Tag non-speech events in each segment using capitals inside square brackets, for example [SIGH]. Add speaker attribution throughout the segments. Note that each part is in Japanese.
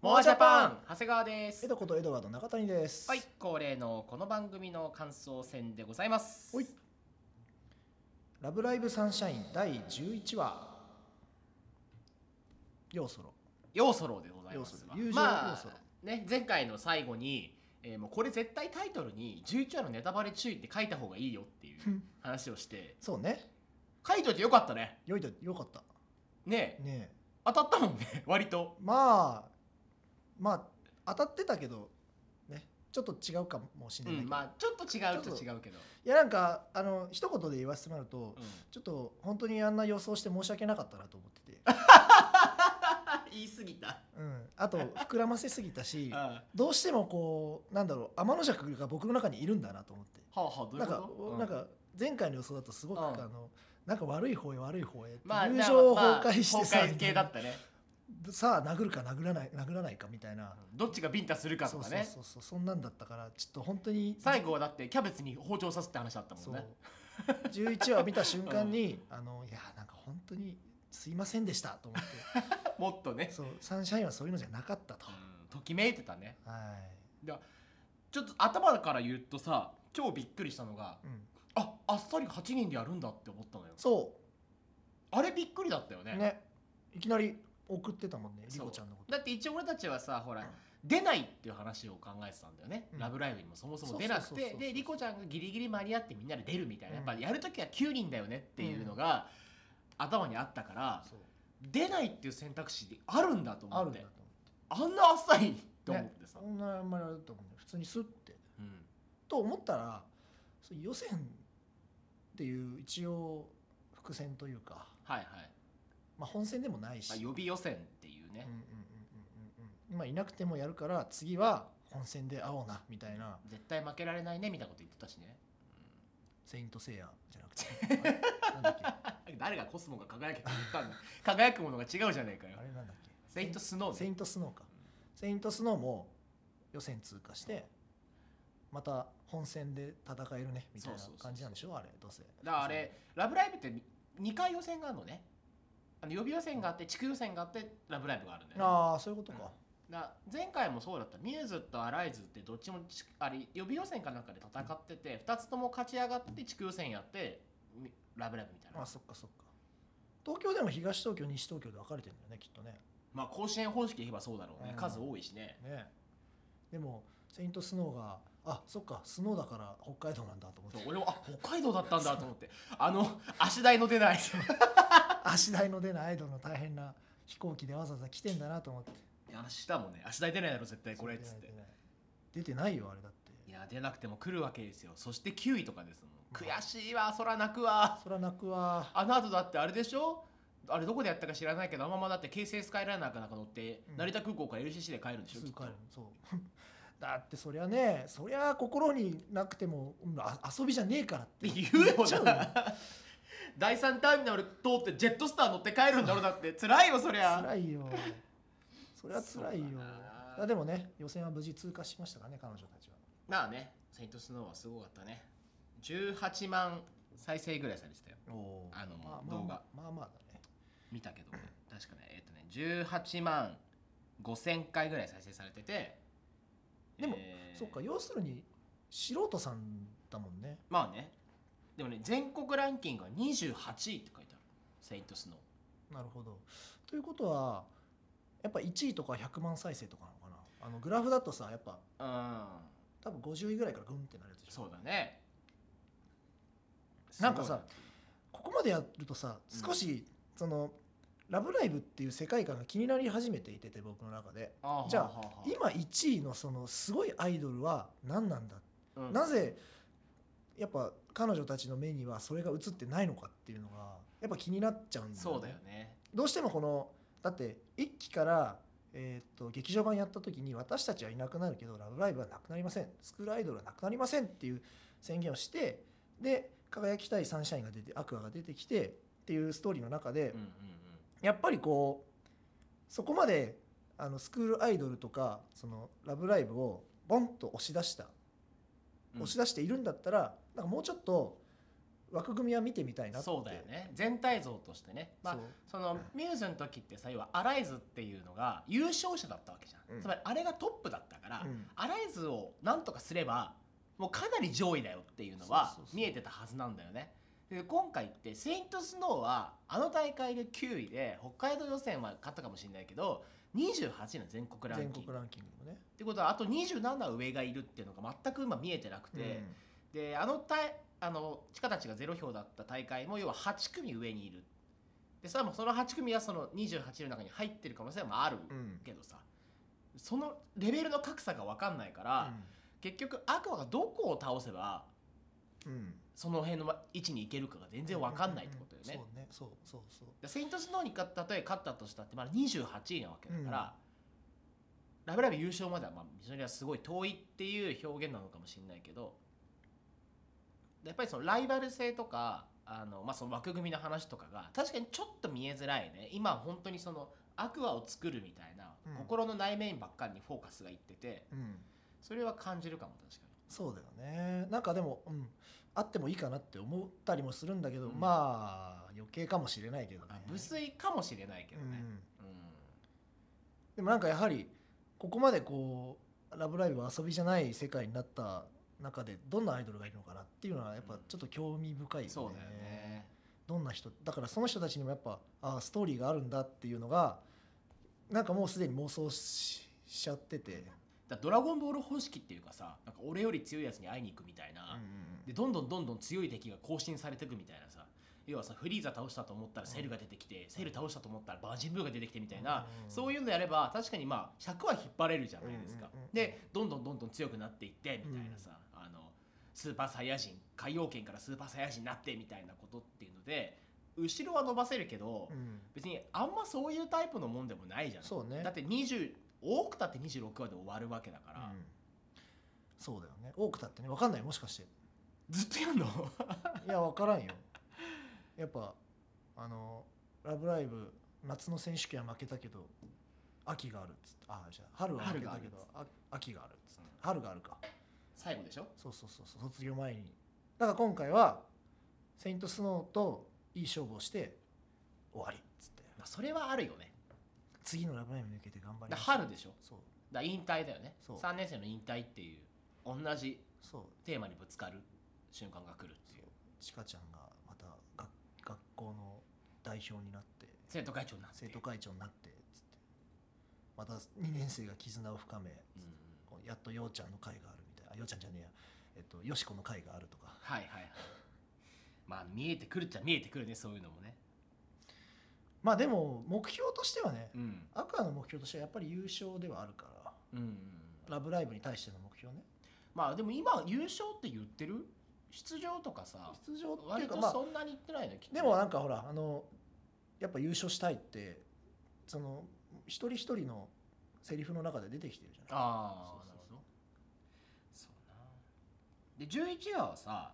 Speaker 1: モアジャパン長谷川です
Speaker 2: 江戸ことエドワード中谷です。
Speaker 1: はい恒例のこの番組の感想戦でございます
Speaker 2: ほいラブライブサンシャイン第11話。ようそろ。
Speaker 1: 要ソロでございますが
Speaker 2: 要ソロ友情
Speaker 1: ま
Speaker 2: 要
Speaker 1: あ
Speaker 2: ソロ
Speaker 1: ね前回の最後に、えーもうこれ絶対タイトルに11話のネタバレ注意って書いた方がいいよっていう話をして
Speaker 2: そうね。
Speaker 1: 書いといてよかったね
Speaker 2: よいとよかった。
Speaker 1: ね
Speaker 2: ねえ。
Speaker 1: 当たったもんね [LAUGHS] 割と
Speaker 2: まあまあ当たってたけどね。ちょっと違うかもし
Speaker 1: う
Speaker 2: れないけど、
Speaker 1: んまあちょっと違うと違うけど
Speaker 2: いやなんかあの一言で言わせてもらうと、 [LAUGHS]
Speaker 1: うん
Speaker 2: ちょっと本当にあんな予想して申し訳なかったなと思って
Speaker 1: [LAUGHS]
Speaker 2: て、
Speaker 1: 言い過ぎた
Speaker 2: うん、あと膨らませすぎた
Speaker 1: [LAUGHS]
Speaker 2: し
Speaker 1: うんは
Speaker 2: どうしてもこうなんだろう天の尺が僕の中にいるんだなと思って
Speaker 1: あはあどうい
Speaker 2: な
Speaker 1: うん
Speaker 2: か
Speaker 1: こ、
Speaker 2: お
Speaker 1: と
Speaker 2: なんか前回の予想だとすごく、
Speaker 1: うん
Speaker 2: あのなんか悪い方へ悪い方へって
Speaker 1: まあ
Speaker 2: 友情を
Speaker 1: まあ
Speaker 2: 崩壊してさ、
Speaker 1: 崩壊系だったね
Speaker 2: さあ殴るか殴らない殴らないかみたいな、
Speaker 1: どっちがビンタするかと
Speaker 2: そう
Speaker 1: か
Speaker 2: そう
Speaker 1: ね
Speaker 2: そうそうそんなんだったからちょっと本当に
Speaker 1: 最後はだってキャベツに包丁刺すって話だったも
Speaker 2: そ
Speaker 1: ん
Speaker 2: う
Speaker 1: ね
Speaker 2: 11話見た瞬間に、あのいやなんか本当にすいませんでしたと思っ
Speaker 1: もっとね [LAUGHS]
Speaker 2: てそうサンシャインはそういうのじゃなかったと、
Speaker 1: うんときめいてたね
Speaker 2: は
Speaker 1: ちょっと頭から言うとさ超びっくりしたのが
Speaker 2: い、うん、
Speaker 1: ああっさり8人でやるんだって思ったのよ
Speaker 2: そ
Speaker 1: あれびっくりだったよ
Speaker 2: う
Speaker 1: ね
Speaker 2: ねいきなり送ってたもんねリコちゃんのこと
Speaker 1: だって一応俺たちはさほら、
Speaker 2: うん
Speaker 1: 出ないっていう話を考えてたんだよね「
Speaker 2: うん
Speaker 1: ラブライブ!」にもそもそも出なく
Speaker 2: そうそうそう
Speaker 1: て
Speaker 2: そう
Speaker 1: でリコちゃんがギリギリ間に合ってみんなで出るみたいな、
Speaker 2: うん
Speaker 1: やっぱやる時は9人だよねっていうのが、頭にあったから
Speaker 2: そう
Speaker 1: 出ないっていう選択肢であるんだと
Speaker 2: あ
Speaker 1: 思
Speaker 2: る
Speaker 1: っ
Speaker 2: ん
Speaker 1: て
Speaker 2: だと思って
Speaker 1: あんなあっさりと思ってさ、
Speaker 2: そんなあんまりあると思うね普通にスッて
Speaker 1: うん
Speaker 2: と思ったらそう予選っていう一応伏線というか、
Speaker 1: はいはい、
Speaker 2: まあ、本戦でもないし、
Speaker 1: まあ、予備予選っていうね
Speaker 2: うん、うんうんうんうんうんまあいなくてもやるから次は本戦で会おうなみたいな
Speaker 1: 絶対負けられないねみたいなこと言ってたしね、
Speaker 2: 「セイント・セイヤ」じゃなく
Speaker 1: [LAUGHS]
Speaker 2: てあれなんだっけあ
Speaker 1: 誰がコスモが輝けって言ったんだ [LAUGHS] 輝くものが違うじゃねえかよ
Speaker 2: れなんだっけ
Speaker 1: セイントスノー
Speaker 2: セイントスノーかセイントスノーも予選通過してまた本戦で戦えるねみたいな
Speaker 1: そうそうそうそう
Speaker 2: 感じなんでしょあれどうせ
Speaker 1: だからあれ「ラブライブ!」って2回予選があるのねあの予備予選があって地区予選があって「ラブライブ!」があるんだよ、ね、
Speaker 2: ああそういうことか、
Speaker 1: だから前回もそうだったミューズとアライズってどっちも地区あれ予備予選かなんかで戦ってて2つとも勝ち上がって地区予選やってみラブライブみたいな
Speaker 2: あそっかそっか東京でも東東京西東京で分かれてるんだよねきっとね
Speaker 1: まあ甲子園方式で言えばそうだろうね
Speaker 2: うん
Speaker 1: 数多いしね
Speaker 2: ねでもセイントスノーがあそっかスノーだから北海道なんだと思っ
Speaker 1: そう
Speaker 2: て
Speaker 1: 俺もあ北海道だったんだと思ってあの足台の出ない
Speaker 2: 足台の出ないアイドルの大変な飛行機でわざわざ来てんだなと思って
Speaker 1: 話したもんね足台出ないだろ絶対これっつっ
Speaker 2: 出
Speaker 1: て
Speaker 2: ない出てないよあれだって
Speaker 1: いや出なくても来るわけですよそして9位とかですもん
Speaker 2: まあ
Speaker 1: 悔しいわそら泣くわ
Speaker 2: そら泣くわ
Speaker 1: あの後だってあれでしょあれどこでやったか知らないけどあのままだって京成スカイライナーかなんか乗って、
Speaker 2: うん
Speaker 1: 成田空港から LCC で帰るんでしょ
Speaker 2: す
Speaker 1: きっ
Speaker 2: ぐ帰
Speaker 1: と
Speaker 2: るそう [LAUGHS] だってそりゃねそりゃ心になくてもうんあ遊びじゃねえからって
Speaker 1: って言う
Speaker 2: 言っちゃ
Speaker 1: よ
Speaker 2: [LAUGHS]
Speaker 1: な第3ターミナル通ってジェットスター乗って帰るんだろうだって辛いよそりゃ
Speaker 2: 辛いよそれは辛いよ
Speaker 1: そうだな
Speaker 2: あでもね予選は無事通過しましたからね彼女たちは
Speaker 1: まあねセイントスノーはすごかったね18万再生ぐらいされてたよ
Speaker 2: お
Speaker 1: あの
Speaker 2: まあまあ
Speaker 1: 動画
Speaker 2: まあまあだね
Speaker 1: 見たけど確かねえっ、とね18万5000回ぐらい再生されてて
Speaker 2: でも
Speaker 1: えー
Speaker 2: そっか要するに素人さんだもんね
Speaker 1: まあねでもね全国ランキングは28位って書いてあるセイントスノー
Speaker 2: なるほどということはやっぱ1位とか100万再生とかなのかなあのグラフだとさやっぱ
Speaker 1: うん
Speaker 2: 多分50位ぐらいからグンってなるやつでしょ
Speaker 1: そうだね
Speaker 2: なんかさ
Speaker 1: すごい
Speaker 2: ここまでやるとさ少し、その「ラブライブ!」っていう世界観が気になり始めていてて僕の中で
Speaker 1: あー
Speaker 2: じゃあ
Speaker 1: はあはあはあ
Speaker 2: 今1位のそのすごいアイドルは何なんだ、
Speaker 1: うん
Speaker 2: なぜやっぱ彼女たちの目にはそれが映ってないのかっていうのがやっぱ気になっちゃうんだ
Speaker 1: そうだよね
Speaker 2: どうしてもこのだって1期から、えーっと劇場版やった時に私たちはいなくなるけど「ラブライブ!」はなくなりませんスクールアイドルはなくなりませんっていう宣言をしてで輝きたいサンシャインが出てアクアが出てきてっていうストーリーの中で、
Speaker 1: うんうんうん
Speaker 2: やっぱりこうそこまであのスクールアイドルとかその「ラブライブ!」をボンと押し出した
Speaker 1: うん
Speaker 2: 押し出しているんだったらなんかもうちょっと枠組みは見てみたいなって
Speaker 1: そうだよね全体像としてね、まあ
Speaker 2: そう、
Speaker 1: そのミューズの時ってさ要はアライズっていうのが優勝者だったわけじゃん、
Speaker 2: うん
Speaker 1: つまりあれがトップだったから、
Speaker 2: うん
Speaker 1: アライズをなんとかすればもうかなり上位だよっていうのは
Speaker 2: そうそうそう
Speaker 1: 見えてたはずなんだよねで今回ってセイントスノーはあの大会で9位で北海道予選は勝ったかもしれないけど28位の全国ラン
Speaker 2: 全
Speaker 1: キング
Speaker 2: 国ランキングもね、
Speaker 1: ってことはあと27上がいるっていうのが全く今見えてなくて、
Speaker 2: うん
Speaker 1: であのたいあのチカたちがゼロ票だった大会も要は8組上にいるでさもうその8組はその28の中に入ってる可能性もある
Speaker 2: うん
Speaker 1: けどさ、そのレベルの格差が分かんないから、結局アクアがどこを倒せば
Speaker 2: うんうん
Speaker 1: その辺の位置に行けるかが全然分かんないってことよね。
Speaker 2: うんうんうんそうねそうそうそう
Speaker 1: でセイントスノーに勝ったとえ勝ったとしたってまだ28位なわけだから、ラブライブ優勝まではまあ非常にはすごい遠いっていう表現なのかもしれないけどやっぱりそのライバル性とかあの、まあ、その枠組みの話とかが確かにちょっと見えづらいね今本当にそのアクアを作るみたいな、
Speaker 2: うん
Speaker 1: 心の内面ばっかりにフォーカスがいってて
Speaker 2: うん
Speaker 1: それは感じるかも確かに。
Speaker 2: そうだよねなんかでも、うん、あってもいいかなって思ったりもするんだけど、
Speaker 1: うん
Speaker 2: まあ余計かもしれないけどね
Speaker 1: あ無粋かもしれないけど
Speaker 2: う
Speaker 1: ね。
Speaker 2: ん
Speaker 1: うん
Speaker 2: でもなんかやはりここまでこう「ラブライブ!」は遊びじゃない世界になった中でどんなアイドルがいるのかなっていうのはやっぱちょっと興味深いよね,、
Speaker 1: そうだよね。
Speaker 2: どんな人だからその人たちにもやっぱああストーリーがあるんだっていうのがなんかもうすでに妄想ししちゃってて、
Speaker 1: だからドラゴンボール方式っていうかさなんか俺より強いやつに会いに行くみたいな、でどんどんどんどん強い敵が更新されていくみたいなさ要はさフリーザ倒したと思ったらセルが出てきて、セル倒したと思ったらバージンブーが出てきてみたいな、
Speaker 2: うん
Speaker 1: そういうのやれば確かにまあ尺は引っ張れるじゃないですか、
Speaker 2: うんうんうん
Speaker 1: でどんどんどんどん強くなっていってみたいなさ、あのスーパーサイヤ人海洋圏からスーパーサイヤ人になってみたいなことっていうので後ろは伸ばせるけど、
Speaker 2: うん
Speaker 1: 別にあんまそういうタイプのもんでもないじゃん
Speaker 2: そうね
Speaker 1: だって20多くたって26話で終わるわけだから、
Speaker 2: うんそうだよね多くたってね分かんないもしかして
Speaker 1: ずっとやんの [LAUGHS]
Speaker 2: いや分からんよやっぱあの「ラブライブ!」夏の選手権は負けたけど秋があるっつってあじゃあ春は負けたけど
Speaker 1: 春
Speaker 2: あ秋があるっつって春があるか
Speaker 1: 最後でしょ
Speaker 2: そうそうそうそう卒業前にだから今回は「セイント・スノー」といい勝負をして終わりっつって
Speaker 1: まあ、それはあるよね
Speaker 2: 次の「ラブライブ!」に向けて頑張り
Speaker 1: だ
Speaker 2: ま
Speaker 1: から春でしょ
Speaker 2: そう
Speaker 1: だから引退だよね
Speaker 2: そう
Speaker 1: 3年生の引退っていう同じ
Speaker 2: そう
Speaker 1: テーマにぶつかる瞬間が来るっていう
Speaker 2: ちかちゃんがまた学学校の代表になって
Speaker 1: 生徒会長になって
Speaker 2: 生徒会長になってつってまた2年生が絆を深め
Speaker 1: うんうん
Speaker 2: こうやっとようちゃんの会があるみたいなあようちゃんじゃねえや、えっと、よしこの会があるとか
Speaker 1: はいはいはいまあ見えてくるっちゃ見えてくるねそういうのもね
Speaker 2: まあでも目標としてはね、
Speaker 1: うん
Speaker 2: アクアの目標としてはやっぱり優勝ではあるから
Speaker 1: うんうん
Speaker 2: 「ラブライブ!」に対しての目標ね
Speaker 1: まあでも今優勝って言ってる出場とかさ
Speaker 2: 出場ってい
Speaker 1: 割
Speaker 2: うか
Speaker 1: と
Speaker 2: まあ
Speaker 1: そんなに言ってないの、きっとね
Speaker 2: でもなんかほらあのやっぱ優勝したいってその一人一人のセリフの中で出てきてるじゃない
Speaker 1: あ
Speaker 2: そう
Speaker 1: あ
Speaker 2: そう
Speaker 1: なるほどそうなで11話はさ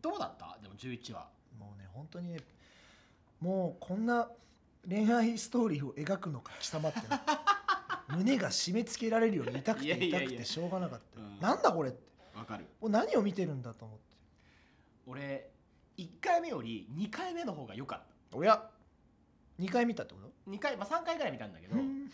Speaker 1: どうだったでも11話
Speaker 2: もうね本当にねもうこんな恋愛ストーリーを描くのか貴様
Speaker 1: [LAUGHS]
Speaker 2: ってな胸が締め付けられるように痛く
Speaker 1: いや
Speaker 2: て
Speaker 1: い
Speaker 2: 痛
Speaker 1: やいや
Speaker 2: くてしょうがなかったよ
Speaker 1: うん
Speaker 2: なんだこれって
Speaker 1: わかる
Speaker 2: もう何を見てるんだと思って
Speaker 1: 俺1回目より2回目の方が良かっ
Speaker 2: おや2回見たってこと
Speaker 1: た2回、まあ、3回ぐらい見たんだけど
Speaker 2: うん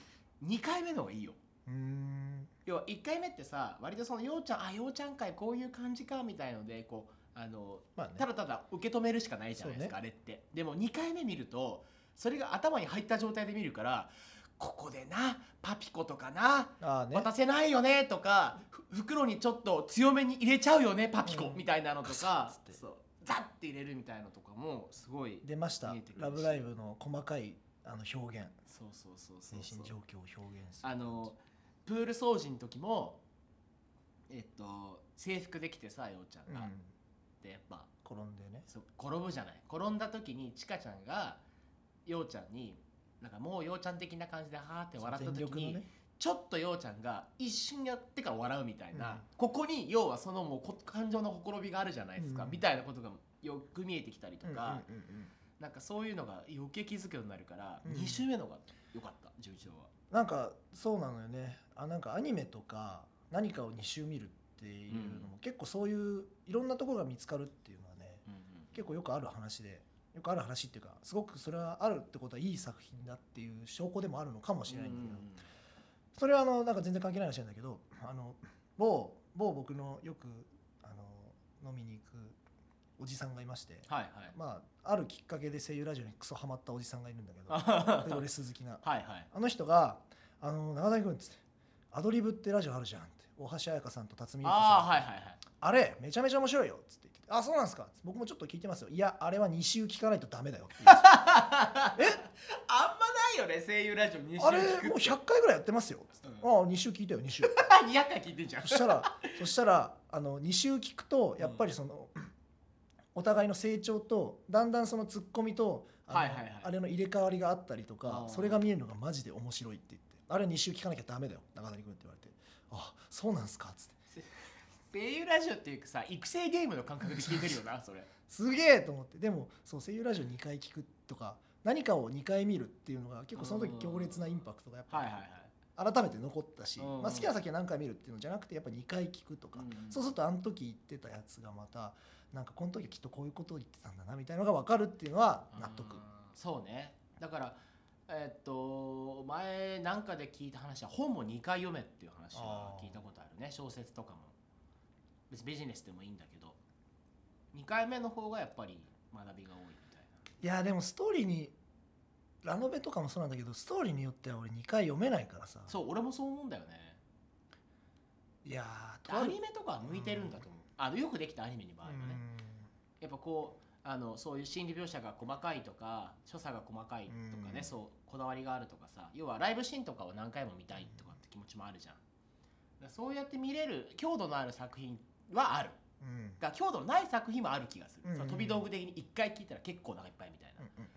Speaker 1: 2回目の方がいいよ
Speaker 2: うーん
Speaker 1: 要は1回目ってさ割とそのようちゃんあようちゃん会こういう感じかみたいのでこうあの
Speaker 2: まあね
Speaker 1: ただただ受け止めるしかないじゃないですか、あれってでも2回目見るとそれが頭に入った状態で見るからここでなパピコとかな
Speaker 2: ああね
Speaker 1: 渡せないよねとかふ袋にちょっと強めに入れちゃうよねパピコ
Speaker 2: うん
Speaker 1: みたいなのと
Speaker 2: ガ
Speaker 1: か
Speaker 2: サッつって
Speaker 1: そうザッて入れるみたいなのとかもすごい
Speaker 2: 出ました
Speaker 1: 見えてくる
Speaker 2: 「
Speaker 1: し
Speaker 2: ラブライブ!」の細かいあの表現
Speaker 1: そうそうそうそ
Speaker 2: 精
Speaker 1: う
Speaker 2: 神
Speaker 1: そう
Speaker 2: 状況を表現する
Speaker 1: あのプール掃除の時もえっと制服できてさようちゃ
Speaker 2: うん
Speaker 1: が、
Speaker 2: ん
Speaker 1: でやっぱ
Speaker 2: 転んでね
Speaker 1: そう転ぶじゃない転んだ時にちかちゃんがようちゃんになんかもうようちゃん的な感じではーって笑った
Speaker 2: 全
Speaker 1: 時
Speaker 2: 力の
Speaker 1: に、
Speaker 2: ね
Speaker 1: ちょっとようちゃんが一瞬やってから笑うみたいな、
Speaker 2: うん
Speaker 1: ここに要はそのもうこ感情のほころびがあるじゃないですか、
Speaker 2: うん
Speaker 1: みたいなことがよく見えてきたりとか、
Speaker 2: うんうんうんうん
Speaker 1: なんかそういうのが余計気づくようになるから、
Speaker 2: うん
Speaker 1: 2週目のが良かった11話は。
Speaker 2: なんかそうなのよねあなんかアニメとか何かを2周見るっていうのも結構そういういろんなところが見つかるっていうのはね
Speaker 1: うんうん
Speaker 2: 結構よくある話でよくある話っていうかすごくそれはあるってことはいい作品だっていう証拠でもあるのかもしれないんだけど、それはあのなんか全然関係ない話なんだけどあの某某僕のよくあの飲みに行くおじさんがいまして、
Speaker 1: はいはい
Speaker 2: まあ、あるきっかけで声優ラジオにクソハマったおじさんがいるんだけ
Speaker 1: [LAUGHS]
Speaker 2: ど
Speaker 1: あ
Speaker 2: プロレス好きな
Speaker 1: はいはい
Speaker 2: あの人が「あの長谷君」っつって「アドリブってラジオあるじゃん」って大橋彩香さんと辰巳ゆう子さん
Speaker 1: ああはいはいはい
Speaker 2: あれめちゃめちゃ面白いよ」っつって言ってて「あそうなんですか」僕もちょっと聞いてますよいやあれは2週聞かないとダメだよって
Speaker 1: [LAUGHS]
Speaker 2: 言うんですよ
Speaker 1: あんまないよね声優ラジオ2
Speaker 2: あれもう100回ぐらいやってますよ」つって
Speaker 1: うん
Speaker 2: ああ2週聞いたよ2週」
Speaker 1: 200回聞いてんじゃん
Speaker 2: そしたらそしたらあの2週聞くとやっぱりその、お互いの成長とだんだんそのツッコミとあの、
Speaker 1: はいはいはい
Speaker 2: あれの入れ替わりがあったりとか
Speaker 1: あー
Speaker 2: それが見えるのがマジで面白いって言ってあれ2週聞かなきゃダメだよ中谷君って言われてあそうなんすかっつって
Speaker 1: 声優ラジオっていうかさ育成ゲームの感覚で聞いてるよなそれ
Speaker 2: すげえと思ってでもそう声優ラジオ2回聞くとか何かを2回見るっていうのが結構その時
Speaker 1: うん
Speaker 2: 強烈なインパクトがやっ
Speaker 1: はいはい
Speaker 2: ぱ
Speaker 1: はい
Speaker 2: 改めて残ったし、
Speaker 1: うん
Speaker 2: まあ、好きな先は何回見るっていうのじゃなくてやっぱ2回聞くとか、
Speaker 1: うん
Speaker 2: そうするとあの時言ってたやつがまたなんかこの時はきっとこういうことを言ってたんだなみたいなのが分かるっていうのは納得
Speaker 1: うんそうねだからえっと前なんかで聞いた話は本も2回読めっていう話は聞いたことあるね小説とかも別にビジネスでもいいんだけど2回目の方がやっぱり学びが多いみたい
Speaker 2: いやでもストーリーにラノベとかもそうなんだけどストーリーによっては俺2回読めないからさ
Speaker 1: なそう俺もそう思うんだよね
Speaker 2: いやーとあ
Speaker 1: ア
Speaker 2: る
Speaker 1: ニメとかは向いてるんだと思う、あのよくできたアニメの場合はね、やっぱこうあのそういう心理描写が細かいとか所作が細かいとかね、
Speaker 2: うん
Speaker 1: そうこだわりがあるとかさ要はライブシーンとかを何回も見たいとかって気持ちもあるじゃんだからそうやって見れる強度のある作品はある
Speaker 2: うんうん
Speaker 1: が強度のない作品もある気がする、
Speaker 2: う
Speaker 1: そ
Speaker 2: ん
Speaker 1: の飛び道具的に1回聞いたら結構お腹いっぱいみたいな、
Speaker 2: うんうん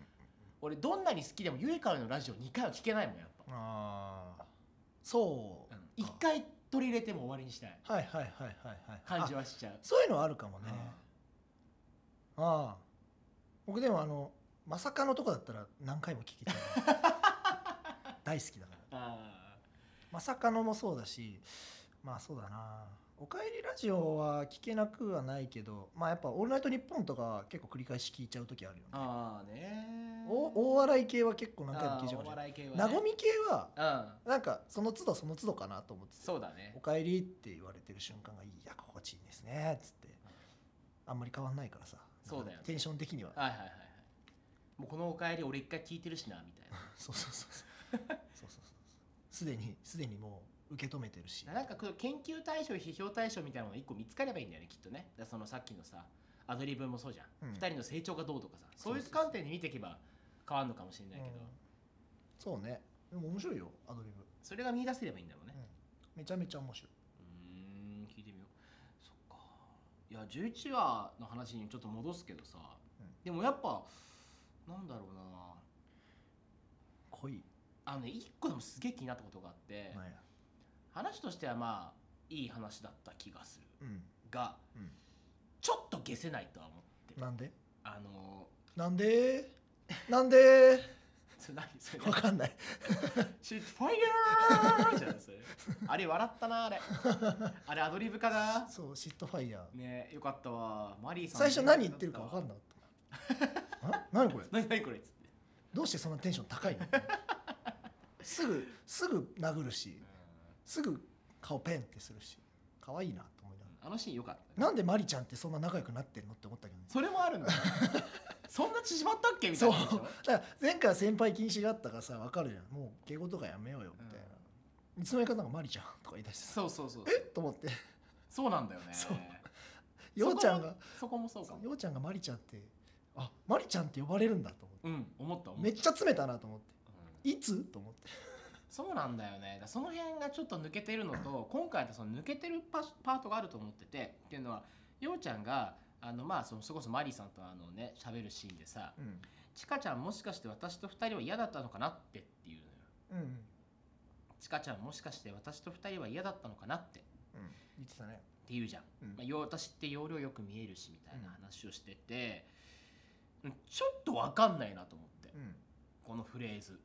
Speaker 1: 俺どんなに好きでもゆいからのラジオ2回は聞けないもんやっぱ、
Speaker 2: ああそう、
Speaker 1: うん、1回取り入れても終わりにしない
Speaker 2: はいはいはいはいはい
Speaker 1: 感じ
Speaker 2: あ
Speaker 1: はしちゃう
Speaker 2: そういうのはあるかもね、
Speaker 1: うん
Speaker 2: ああ僕でもあのまさかのとこだったら何回も聞きたいな大好きだから
Speaker 1: あ
Speaker 2: まさかのもそうだしまあそうだな「おかえりラジオ」は聞けなくはないけどまあやっぱ「オールナイトニッポン」とかは結構繰り返し聞いちゃう時あるよ
Speaker 1: ー
Speaker 2: ね
Speaker 1: あーね
Speaker 2: お大笑い系は結構何回も聞いちゃう
Speaker 1: あーお
Speaker 2: かもしれない
Speaker 1: 笑い系は、ね、
Speaker 2: なごみ系は
Speaker 1: うん
Speaker 2: なんかその都度その都度かなと思ってて
Speaker 1: そうだね
Speaker 2: おかえり」って言われてる瞬間が「いや心地いいですね」っつってあんまり変わんないからさ
Speaker 1: そうだよね
Speaker 2: テンション的には
Speaker 1: はいはいはいはいもうこのおかえり俺一回聞いてるしなみたい
Speaker 2: [LAUGHS] そうそうそうそうそうそうそうすでにすでにもう受け止めてるし [LAUGHS]
Speaker 1: ななんかこう研究対象批評対象みたいなのが一個見つかればいいんだよねきっとねだからそのさっきのさアドリブもそうじゃん、
Speaker 2: うん
Speaker 1: 二人の成長がどうとかさ
Speaker 2: そう
Speaker 1: そう
Speaker 2: そう
Speaker 1: い
Speaker 2: そう
Speaker 1: う観点で見ていけば変わるのかもしれないけど、
Speaker 2: うんそうねでも面白いよアドリブ
Speaker 1: それが見出せればいいんだろうね
Speaker 2: めちゃめちゃ面白い、
Speaker 1: うーん聞いてみようそっかいや11話の話にちょっと戻すけどさ、
Speaker 2: うん
Speaker 1: でもやっぱなんだろうな
Speaker 2: 濃い
Speaker 1: あのね一個でもすげえ気になったことがあって、
Speaker 2: なんや
Speaker 1: 話としてはまあいい話だった気がする
Speaker 2: うん、
Speaker 1: が、
Speaker 2: うん
Speaker 1: ちょっと消せないとは思ってる
Speaker 2: なんで
Speaker 1: あの
Speaker 2: なんでなんで
Speaker 1: ー、それ何それ
Speaker 2: わかんない
Speaker 1: シュートファイヤーじゃないそれ [LAUGHS] あれ笑ったなあれあれアドリブかな
Speaker 2: そうシットファイヤー
Speaker 1: ねよかったわマリーさん
Speaker 2: 最初何言ってるかわかん
Speaker 1: い
Speaker 2: なか
Speaker 1: [LAUGHS]
Speaker 2: ったん何これ
Speaker 1: 何何これっつって
Speaker 2: どうしてそんなテンション高いのすぐすぐ殴るしすぐ顔ペンってするし可愛いなと思いなが
Speaker 1: あのシーンよかった
Speaker 2: ら
Speaker 1: ね
Speaker 2: なんでマリちゃんってそんな仲良くなってんのって思ったけどね
Speaker 1: それも
Speaker 2: [LAUGHS]
Speaker 1: あるんだそんな縮まったっけみた
Speaker 2: そ
Speaker 1: いうなことでしょ
Speaker 2: だから前回は先輩禁止があったからさわかるじゃんもう敬語とかやめようよみたいな、いつの間にかなんかマリちゃんとか言い出してさ
Speaker 1: そうそうそうそう
Speaker 2: えっと思って
Speaker 1: そうなんだよね
Speaker 2: そうようちゃんが
Speaker 1: そこもそうかも
Speaker 2: ようちゃんがマリちゃんってあマリちゃんって呼ばれるんだと思って
Speaker 1: うん思った思った
Speaker 2: めっちゃ詰めたなと思っ
Speaker 1: うん
Speaker 2: ていつと思って
Speaker 1: そうなんだよねだからその辺がちょっと抜けてるの
Speaker 2: [COUGHS]
Speaker 1: と今回はその抜けてるパパートがあると思っててっていうのはようちゃんがあのまあそのそれこそマリーさんとあのね喋るシーンでさ
Speaker 2: うん
Speaker 1: 「ちかちゃんもしかして私と2人は嫌だったのかなって」っていうのよ
Speaker 2: うん
Speaker 1: 「ちかちゃんもしかして私と2人は嫌だったのかなって」っ
Speaker 2: 言ってたね
Speaker 1: て言うじゃん、
Speaker 2: うん
Speaker 1: まあ、よう私って容量よく見えるしみたいな話をしてて、うんちょっと分かんないなと思って
Speaker 2: うん
Speaker 1: このフレーズ、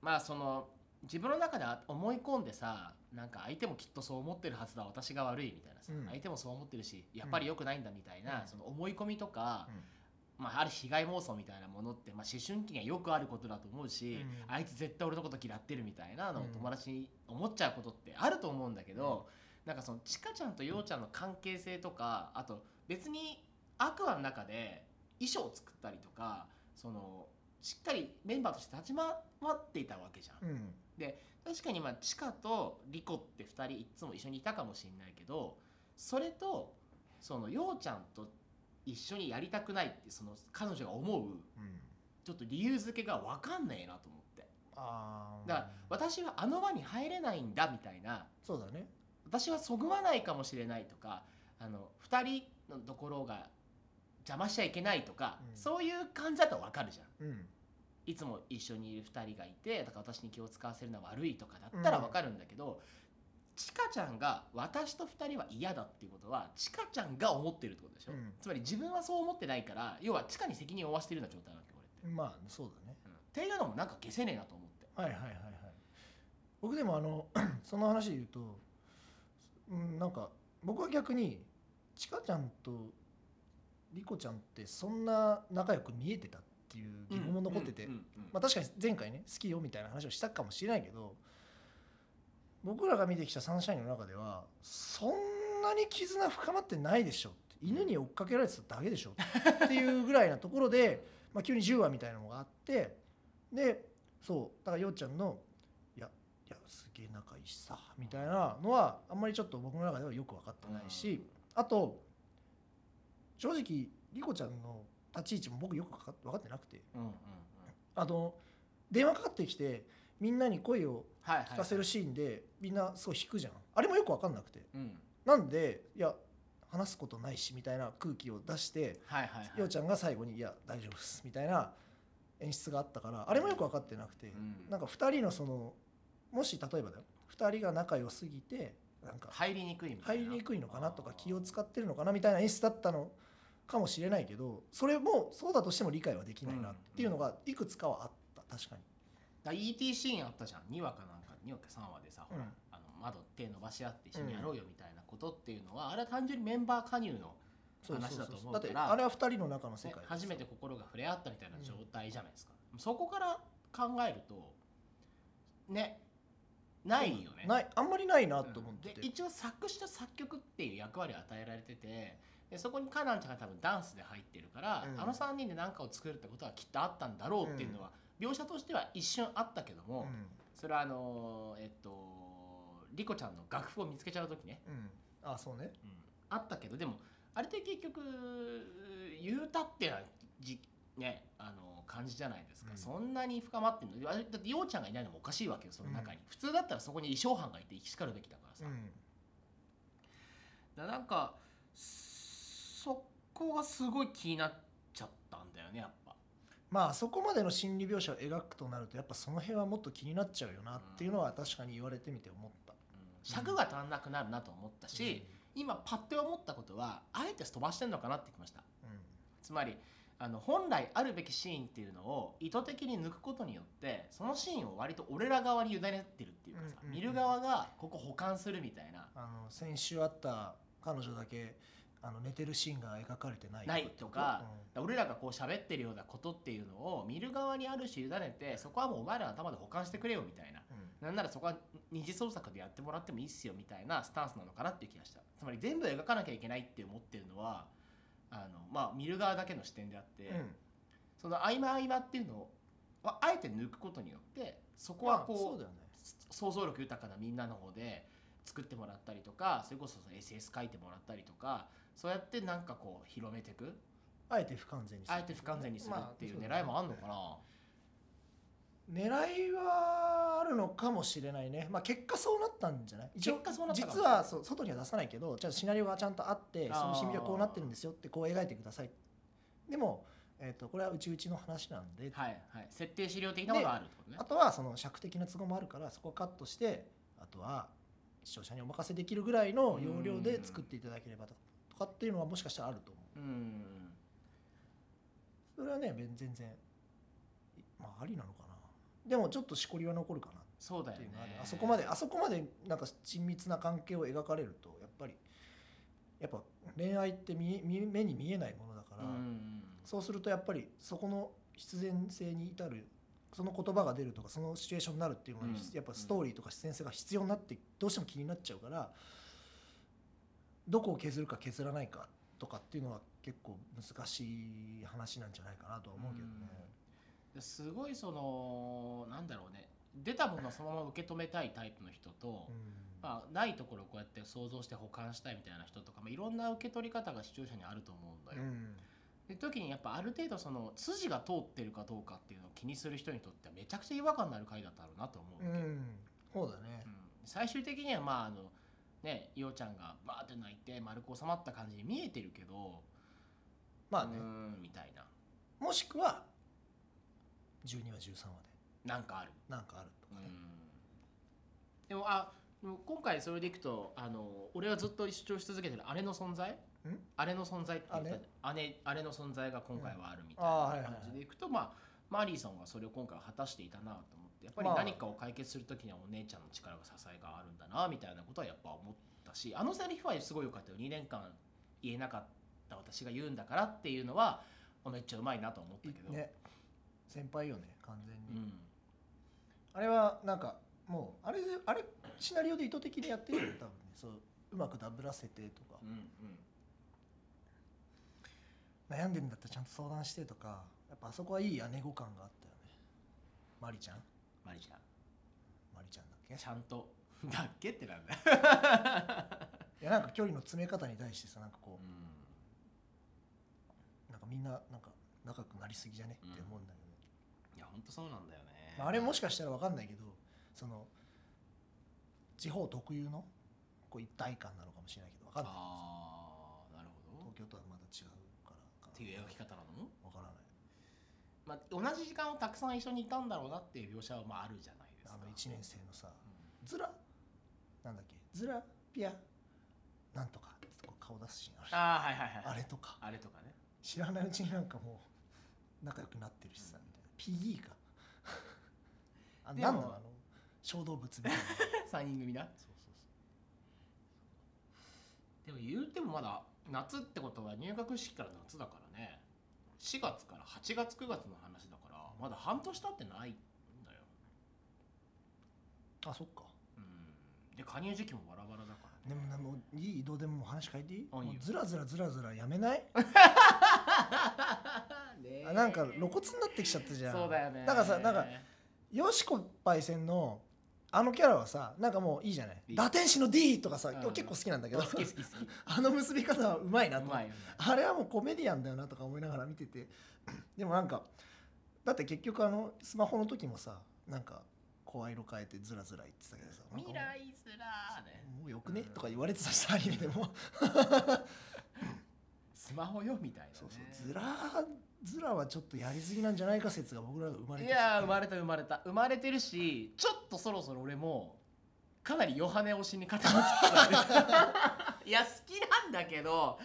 Speaker 1: まあその自分の中で思い込んでさなんか相手もきっとそう思ってるはずだ私が悪いみたいなさ、
Speaker 2: うん
Speaker 1: 相手もそう思ってるしやっぱり良くないんだみたいな、
Speaker 2: うん
Speaker 1: その思い込みとか、まあ、ある被害妄想みたいなものって、まあ、思春期にはよくあることだと思うし、
Speaker 2: うん
Speaker 1: あいつ絶対俺のこと嫌ってるみたいなのを
Speaker 2: うん
Speaker 1: 友達に思っちゃうことってあると思うんだけど、なんかそのちかちゃんとようちゃんの関係性とかあと別にアクアの中で衣装を作ったりとかそのしっかりメンバーとして立ち回っていたわけじゃん。
Speaker 2: うん
Speaker 1: 確かにまあチカとリコって2人いっつも一緒にいたかもしれないけどそれとそのようちゃんと一緒にやりたくないってその彼女が思う
Speaker 2: うん
Speaker 1: ちょっと理由付けが分かんないなと思って
Speaker 2: あー
Speaker 1: だから私はあの輪に入れないんだみたいな
Speaker 2: そうだね
Speaker 1: 私はそぐわないかもしれないとかあの2人のところが邪魔しちゃいけないとか、
Speaker 2: うん
Speaker 1: そういう感じだと分かるじゃん。
Speaker 2: うん
Speaker 1: いつも一緒にいる2人がいてだから私に気を使わせるのは悪いとかだったらわかるんだけど、ちかちゃんが私と2人は嫌だっていうことはちかちゃんが思ってるってことでしょ、
Speaker 2: うん
Speaker 1: つまり自分はそう思ってないから要はちかに責任を負わしてるような状態なわけ俺って、
Speaker 2: まあそうだね
Speaker 1: うんっていうのもなんか消せねえなと思って
Speaker 2: はいはいはいはい僕でもあの [CLEARS THROAT] その話で言うと、うん、なんか僕は逆にちかちゃんとりこちゃんってそんな仲良く見えてたっていう疑問も残ってて、
Speaker 1: うんうんうん
Speaker 2: まあ、確かに前回ね好きよみたいな話をしたかもしれないけど僕らが見てきたサンシャインの中ではそんなに絆深まってないでしょって犬に追っかけられてただけでしょっていうぐらいなところで、 [LAUGHS] まあ、急に10話みたいなのがあってでそうだからようちゃんの「いやいやすげえ仲いいしさ」みたいなのはあんまりちょっと僕の中ではよく分かってないし、あと正直リコちゃんの立ち位置も僕よく分かってなくて。
Speaker 1: うんうんうん
Speaker 2: あの電話かかってきてみんなに声を
Speaker 1: はいはい
Speaker 2: 聞かせるシーンで、みんなすごい引くじゃんあれもよく分かんなくて
Speaker 1: うん
Speaker 2: なんでいや話すことないしみたいな空気を出して、
Speaker 1: はいはいはい
Speaker 2: ようちゃんが最後に「いや大丈夫っす」みたいな演出があったからあれもよく分かってなくて、
Speaker 1: うん
Speaker 2: なんか2人のそのもし例えばだよ2人が仲良すぎてなんか
Speaker 1: 入りにくいみた
Speaker 2: 入
Speaker 1: いな
Speaker 2: りにくいのかなとか
Speaker 1: あー
Speaker 2: 気を使ってるのかなみたいな演出だったのかもしれないけどそれもそうだとしても理解はできないなっていうのがいくつかはあった確かに。
Speaker 1: だ ET シーンあったじゃん2話かなんか2話か3話でさ、ほら
Speaker 2: うん
Speaker 1: あの窓手伸ばし合って一緒にやろうよみたいなことっていうのは、あれは単純にメンバー加入の、
Speaker 2: そうそうそ
Speaker 1: 話
Speaker 2: う
Speaker 1: だと思う
Speaker 2: だって
Speaker 1: から
Speaker 2: あれは二人の中の世
Speaker 1: ね
Speaker 2: 界です
Speaker 1: 初めて心が触れ合ったみたいな状態じゃないですか、そこから考えるとねないよね。
Speaker 2: ないあんまりないな
Speaker 1: うん
Speaker 2: と思ってて
Speaker 1: で一応作詞と作曲っていう役割を与えられててでそこにカナンちゃんが多分ダンスで入ってるから、
Speaker 2: うん
Speaker 1: あの3人で何かを作るってことはきっとあったんだろうっていうのは、描写としては一瞬あったけども、
Speaker 2: うん
Speaker 1: それはあのーえっとリコちゃんの楽譜を見つけちゃう時ね、
Speaker 2: うんあそうね
Speaker 1: あったけどでもあれって結局言うたってなじねあの感じじゃないですか、
Speaker 2: うん
Speaker 1: そんなに深まってんのあれだってようちゃんがいないのもおかしいわけよその中に、普通だったらそこに衣装班がいてしかるべきだからさ、
Speaker 2: うん
Speaker 1: だなんかそこがすごい気になっちゃったんだよねやっぱ。
Speaker 2: まあそこまでの心理描写を描くとなるとやっぱその辺はもっと気になっちゃうよなっていうのは確かに言われてみて思った
Speaker 1: うん尺が足んなくなるなと思ったし、、今パッて思ったことはあえて飛ばしてんのかなってきました
Speaker 2: うん
Speaker 1: つまりあの本来あるべきシーンっていうのを意図的に抜くことによってそのシーンを割と俺ら側に委ねてるっていうかさ、
Speaker 2: うんうんうん
Speaker 1: 見る側がここ保管するみたいな、
Speaker 2: あの先週あった彼女だけあの寝てるシーンが描かれてない
Speaker 1: ないとか、俺らがこう喋ってるようなことっていうのを見る側にある種委ねてそこはもうお前らの頭で保管してくれよみたいな
Speaker 2: うんうん
Speaker 1: なんならそこは二次創作でやってもらってもいいっすよみたいなスタンスなのかなっていう気がしたつまり全部描かなきゃいけないって思ってるのはあの、まあ、見る側だけの視点であって、
Speaker 2: うん
Speaker 1: その合間合間っていうのをああえて抜くことによってそこは
Speaker 2: まあそう
Speaker 1: こう
Speaker 2: だよね
Speaker 1: 想像力豊かなみんなの方で作ってもらったりとかそれこそその SS 書いてもらったりとかそうやってなんかこう広めていく
Speaker 2: あえて不完全にする
Speaker 1: あえて不完全にするっていう
Speaker 2: ま
Speaker 1: 狙
Speaker 2: あ
Speaker 1: いもあんのかな、
Speaker 2: 狙いはあるのかもしれないね、まあ、結果そうなったんじゃない一応
Speaker 1: 結果そうなったかもし
Speaker 2: 実
Speaker 1: れない
Speaker 2: はそう外には出さないけどちゃんとシナリオがちゃんとあって
Speaker 1: あー
Speaker 2: そのシミはこうなってるんですよってこう描いてくださいでも、えー、とこれはうちうちの話なんで、
Speaker 1: はいはい設定資料的なことがあるってことね
Speaker 2: あとはその尺的な都合もあるからそこをカットしてあとは視聴者にお任せできるぐらいの要領で作っていただければととかっていうのはもしかしたらあると思う
Speaker 1: うん
Speaker 2: それはねべん全然まあありなのかなでもちょっとしこりは残るかな
Speaker 1: そうだ
Speaker 2: っ
Speaker 1: よ
Speaker 2: て
Speaker 1: ね
Speaker 2: いうのはねあそこまであそこまでなんか親密な関係を描かれるとやっぱりやっぱ恋愛って見え見え目に見えないものだから、
Speaker 1: うん
Speaker 2: そうするとやっぱりそこの必然性に至るその言葉が出るとかそのシチュエーションになるっていうの
Speaker 1: う
Speaker 2: に、
Speaker 1: ん
Speaker 2: やっぱストーリーとか必然性が必要になってどうしても気になっちゃうからどこを削るか削らないかとかっていうのは結構難しい話なんじゃないかなとは思うけどね。
Speaker 1: ですごいそのなんだろうね出たものをそのまま受け止めたいタイプの人と、
Speaker 2: うん
Speaker 1: まあ、ないところをこうやって想像して保管したいみたいな人とか、まあ、いろんな受け取り方が視聴者にあると思うんだよ。
Speaker 2: うん
Speaker 1: で時にやっぱある程度その筋が通ってるかどうかっていうのを気にする人にとってはめちゃくちゃ違和感のある回だったろうなと思うわけ、
Speaker 2: う
Speaker 1: うん
Speaker 2: んそうだね。
Speaker 1: 最終的にはまああのねいおちゃんがバーって泣いて丸く収まった感じに見えてるけど
Speaker 2: まあね
Speaker 1: うーんみたいな
Speaker 2: もしくは12話13話で
Speaker 1: なんかある。
Speaker 2: なんかあるとかね。
Speaker 1: でもあでも今回それでいくとあの俺はずっと主張し続けてる姉の存在姉の存在って言ってたじゃん姉姉の存在が今回はあるみたい
Speaker 2: うんあーはいはい
Speaker 1: な
Speaker 2: はい
Speaker 1: 感じでいくと、まあマリーさんはそれを今回は果たしていたなと思ってやっぱり
Speaker 2: まあ
Speaker 1: 何かを解決する時にはお姉ちゃんの力が支えがあるんだなみたいなことはやっぱ思ったしあのセリフはすごい良かったよ2年間言えなかった私が言うんだからっていうのはめっちゃうまいなと思ったけど、
Speaker 2: ね先輩よね完全
Speaker 1: う
Speaker 2: に、
Speaker 1: ん、
Speaker 2: あれはなんかもうあれであれシナリオで意図的にやってるよね多分ねそううまくダブらせてとか
Speaker 1: うん
Speaker 2: 悩んでんだったらちゃんと相談してとかやっぱあそこはいい姉御感があったよねマリちゃん
Speaker 1: マリーちゃん
Speaker 2: マリちゃんだっけ
Speaker 1: ちゃんと「だっけ?」ってなんだよ、
Speaker 2: いやなんか距離の詰め方に対してさなんかこうなんかみんななんか仲良くなりすぎじゃねって思うんだけ
Speaker 1: い
Speaker 2: ど、
Speaker 1: や本当そうなんだよね
Speaker 2: まあ、あれもしかしたら分かんないけどその地方特有のこう一体感なのかもしれないけど分かんない
Speaker 1: ああなるほど
Speaker 2: 東京とはまた違うからかな
Speaker 1: っていう描き方なの、
Speaker 2: 分からない
Speaker 1: まあ、同じ時間をたくさん一緒にいたんだろうなっていう描写はまああるじゃないですか
Speaker 2: あの1年生のさ
Speaker 1: う
Speaker 2: ズラなんだっけズラピアなんとかってこう顔出すシーンある
Speaker 1: んああはいはいはい
Speaker 2: あれとか
Speaker 1: あれとかね
Speaker 2: 知らないうちになんかもう仲良くなってるしさ
Speaker 1: うん
Speaker 2: みたいな PE かあ
Speaker 1: で
Speaker 2: 何
Speaker 1: も
Speaker 2: なのあの小動物み
Speaker 1: [LAUGHS]
Speaker 2: たいな
Speaker 1: 3人組な
Speaker 2: そうそうそう
Speaker 1: でも言うてもまだ夏ってことは入学式から夏だからね4月から8月9月の話だからまだ半年経ってないんだよ、
Speaker 2: あそっか
Speaker 1: うん、で加入時期もバラバラだから
Speaker 2: で
Speaker 1: ね
Speaker 2: もなもういい移動でももう話変えていい
Speaker 1: あいいよ
Speaker 2: もうずらずらずらずらやめな
Speaker 1: [LAUGHS]
Speaker 2: い
Speaker 1: ねえ
Speaker 2: あなんか露骨になってきちゃったじゃん
Speaker 1: そうだよね
Speaker 2: だからさなんかよしこパイセンのあのキャラはさなんかもういいじゃない
Speaker 1: いい
Speaker 2: 打天使の D とかさ、
Speaker 1: うん
Speaker 2: 俺結構好きなんだけど
Speaker 1: 好き好き好き
Speaker 2: あの結び方はうまいな
Speaker 1: う
Speaker 2: と
Speaker 1: まいよね
Speaker 2: [LAUGHS] あれはもうコメディアンだよなとか思いながら見て [CLEARS THROAT] てでもなんかだって結局あのスマホの時もさなんか声色変えてずらずら言ってたけどさなんか
Speaker 1: 未来すらーね
Speaker 2: もうよくねとか言われてたしさアニメでも
Speaker 1: スマホよみたいな、ね、
Speaker 2: そうそうずらずらはちょっとやりすぎなんじゃないか説が僕らが生まれ
Speaker 1: い
Speaker 2: て
Speaker 1: やー生ま
Speaker 2: れ
Speaker 1: れた生まれた生まれてるしちょっとそろそろ俺もかなりヨハネ推しに傾きつつある [LAUGHS] いや好きなんだけど好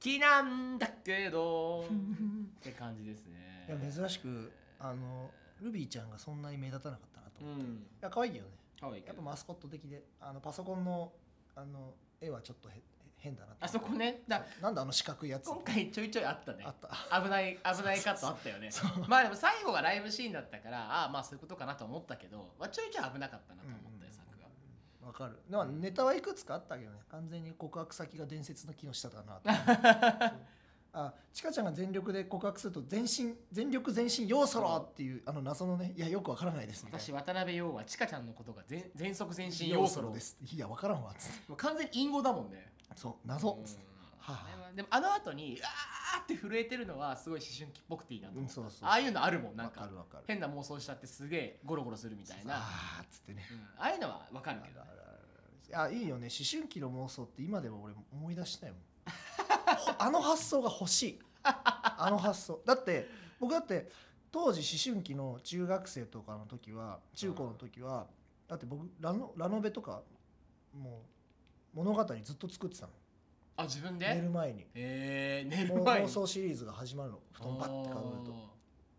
Speaker 1: きなんだけどって感じですね
Speaker 2: いや珍しくあのルビーちゃんがそんなに目立たなかったなと
Speaker 1: う
Speaker 2: 思って、い
Speaker 1: ん
Speaker 2: や可愛いよね
Speaker 1: 可愛いけ
Speaker 2: やっ
Speaker 1: ど
Speaker 2: ぱマスコット的であのパソコンのあの絵はちょっとへ変だなと
Speaker 1: あそこねだ
Speaker 2: なんだあの四角いやつ
Speaker 1: 今回ちょいちょいあったね
Speaker 2: あった
Speaker 1: 危ない危ないカットあったよねまあでも最後がライブシーンだったからああまあそういうことかなと思ったけど、まあ、ちょいちょい危なかったなと思ったよ作が、
Speaker 2: うんわかるでもネタはいくつかあったけどね完全に告白先が伝説の木の下
Speaker 1: [LAUGHS]
Speaker 2: だなとそうあちかちゃんが全力で告白すると全身全力全身ようそろっていうあの謎のねいやよくわからないですみたいな
Speaker 1: 私渡辺陽はチカちゃんのことが全全速前進
Speaker 2: よ
Speaker 1: 要
Speaker 2: う
Speaker 1: 素
Speaker 2: そろ
Speaker 1: の
Speaker 2: ですいやわからんわっつって
Speaker 1: もう完全に隠語だもんね
Speaker 2: そう謎っ
Speaker 1: うん
Speaker 2: つってはあ
Speaker 1: あれはでもあの後にあーって震えてるのはすごい思春期っぽくていいなと思った、
Speaker 2: うんそうそうそう
Speaker 1: ああいうのあるもんなん
Speaker 2: わ
Speaker 1: か
Speaker 2: かるわかる
Speaker 1: 変な妄想しちゃってすげえゴロゴロするみたいな
Speaker 2: あーっつってね
Speaker 1: うんああいうのはわかるけどね、
Speaker 2: あいいよね思春期の妄想って今でも俺思い出したいもん [LAUGHS] ほあの発想が欲しいあの発想だって僕だって当時思春期の中学生とかの時は中高の時は、だって僕ラノラノベとかもう物語ずっと作ってたの
Speaker 1: あ自分で
Speaker 2: 寝る前に
Speaker 1: えー、寝
Speaker 2: も
Speaker 1: る
Speaker 2: う
Speaker 1: 前に
Speaker 2: 妄想シリーズが始まるの布団バッてかぶると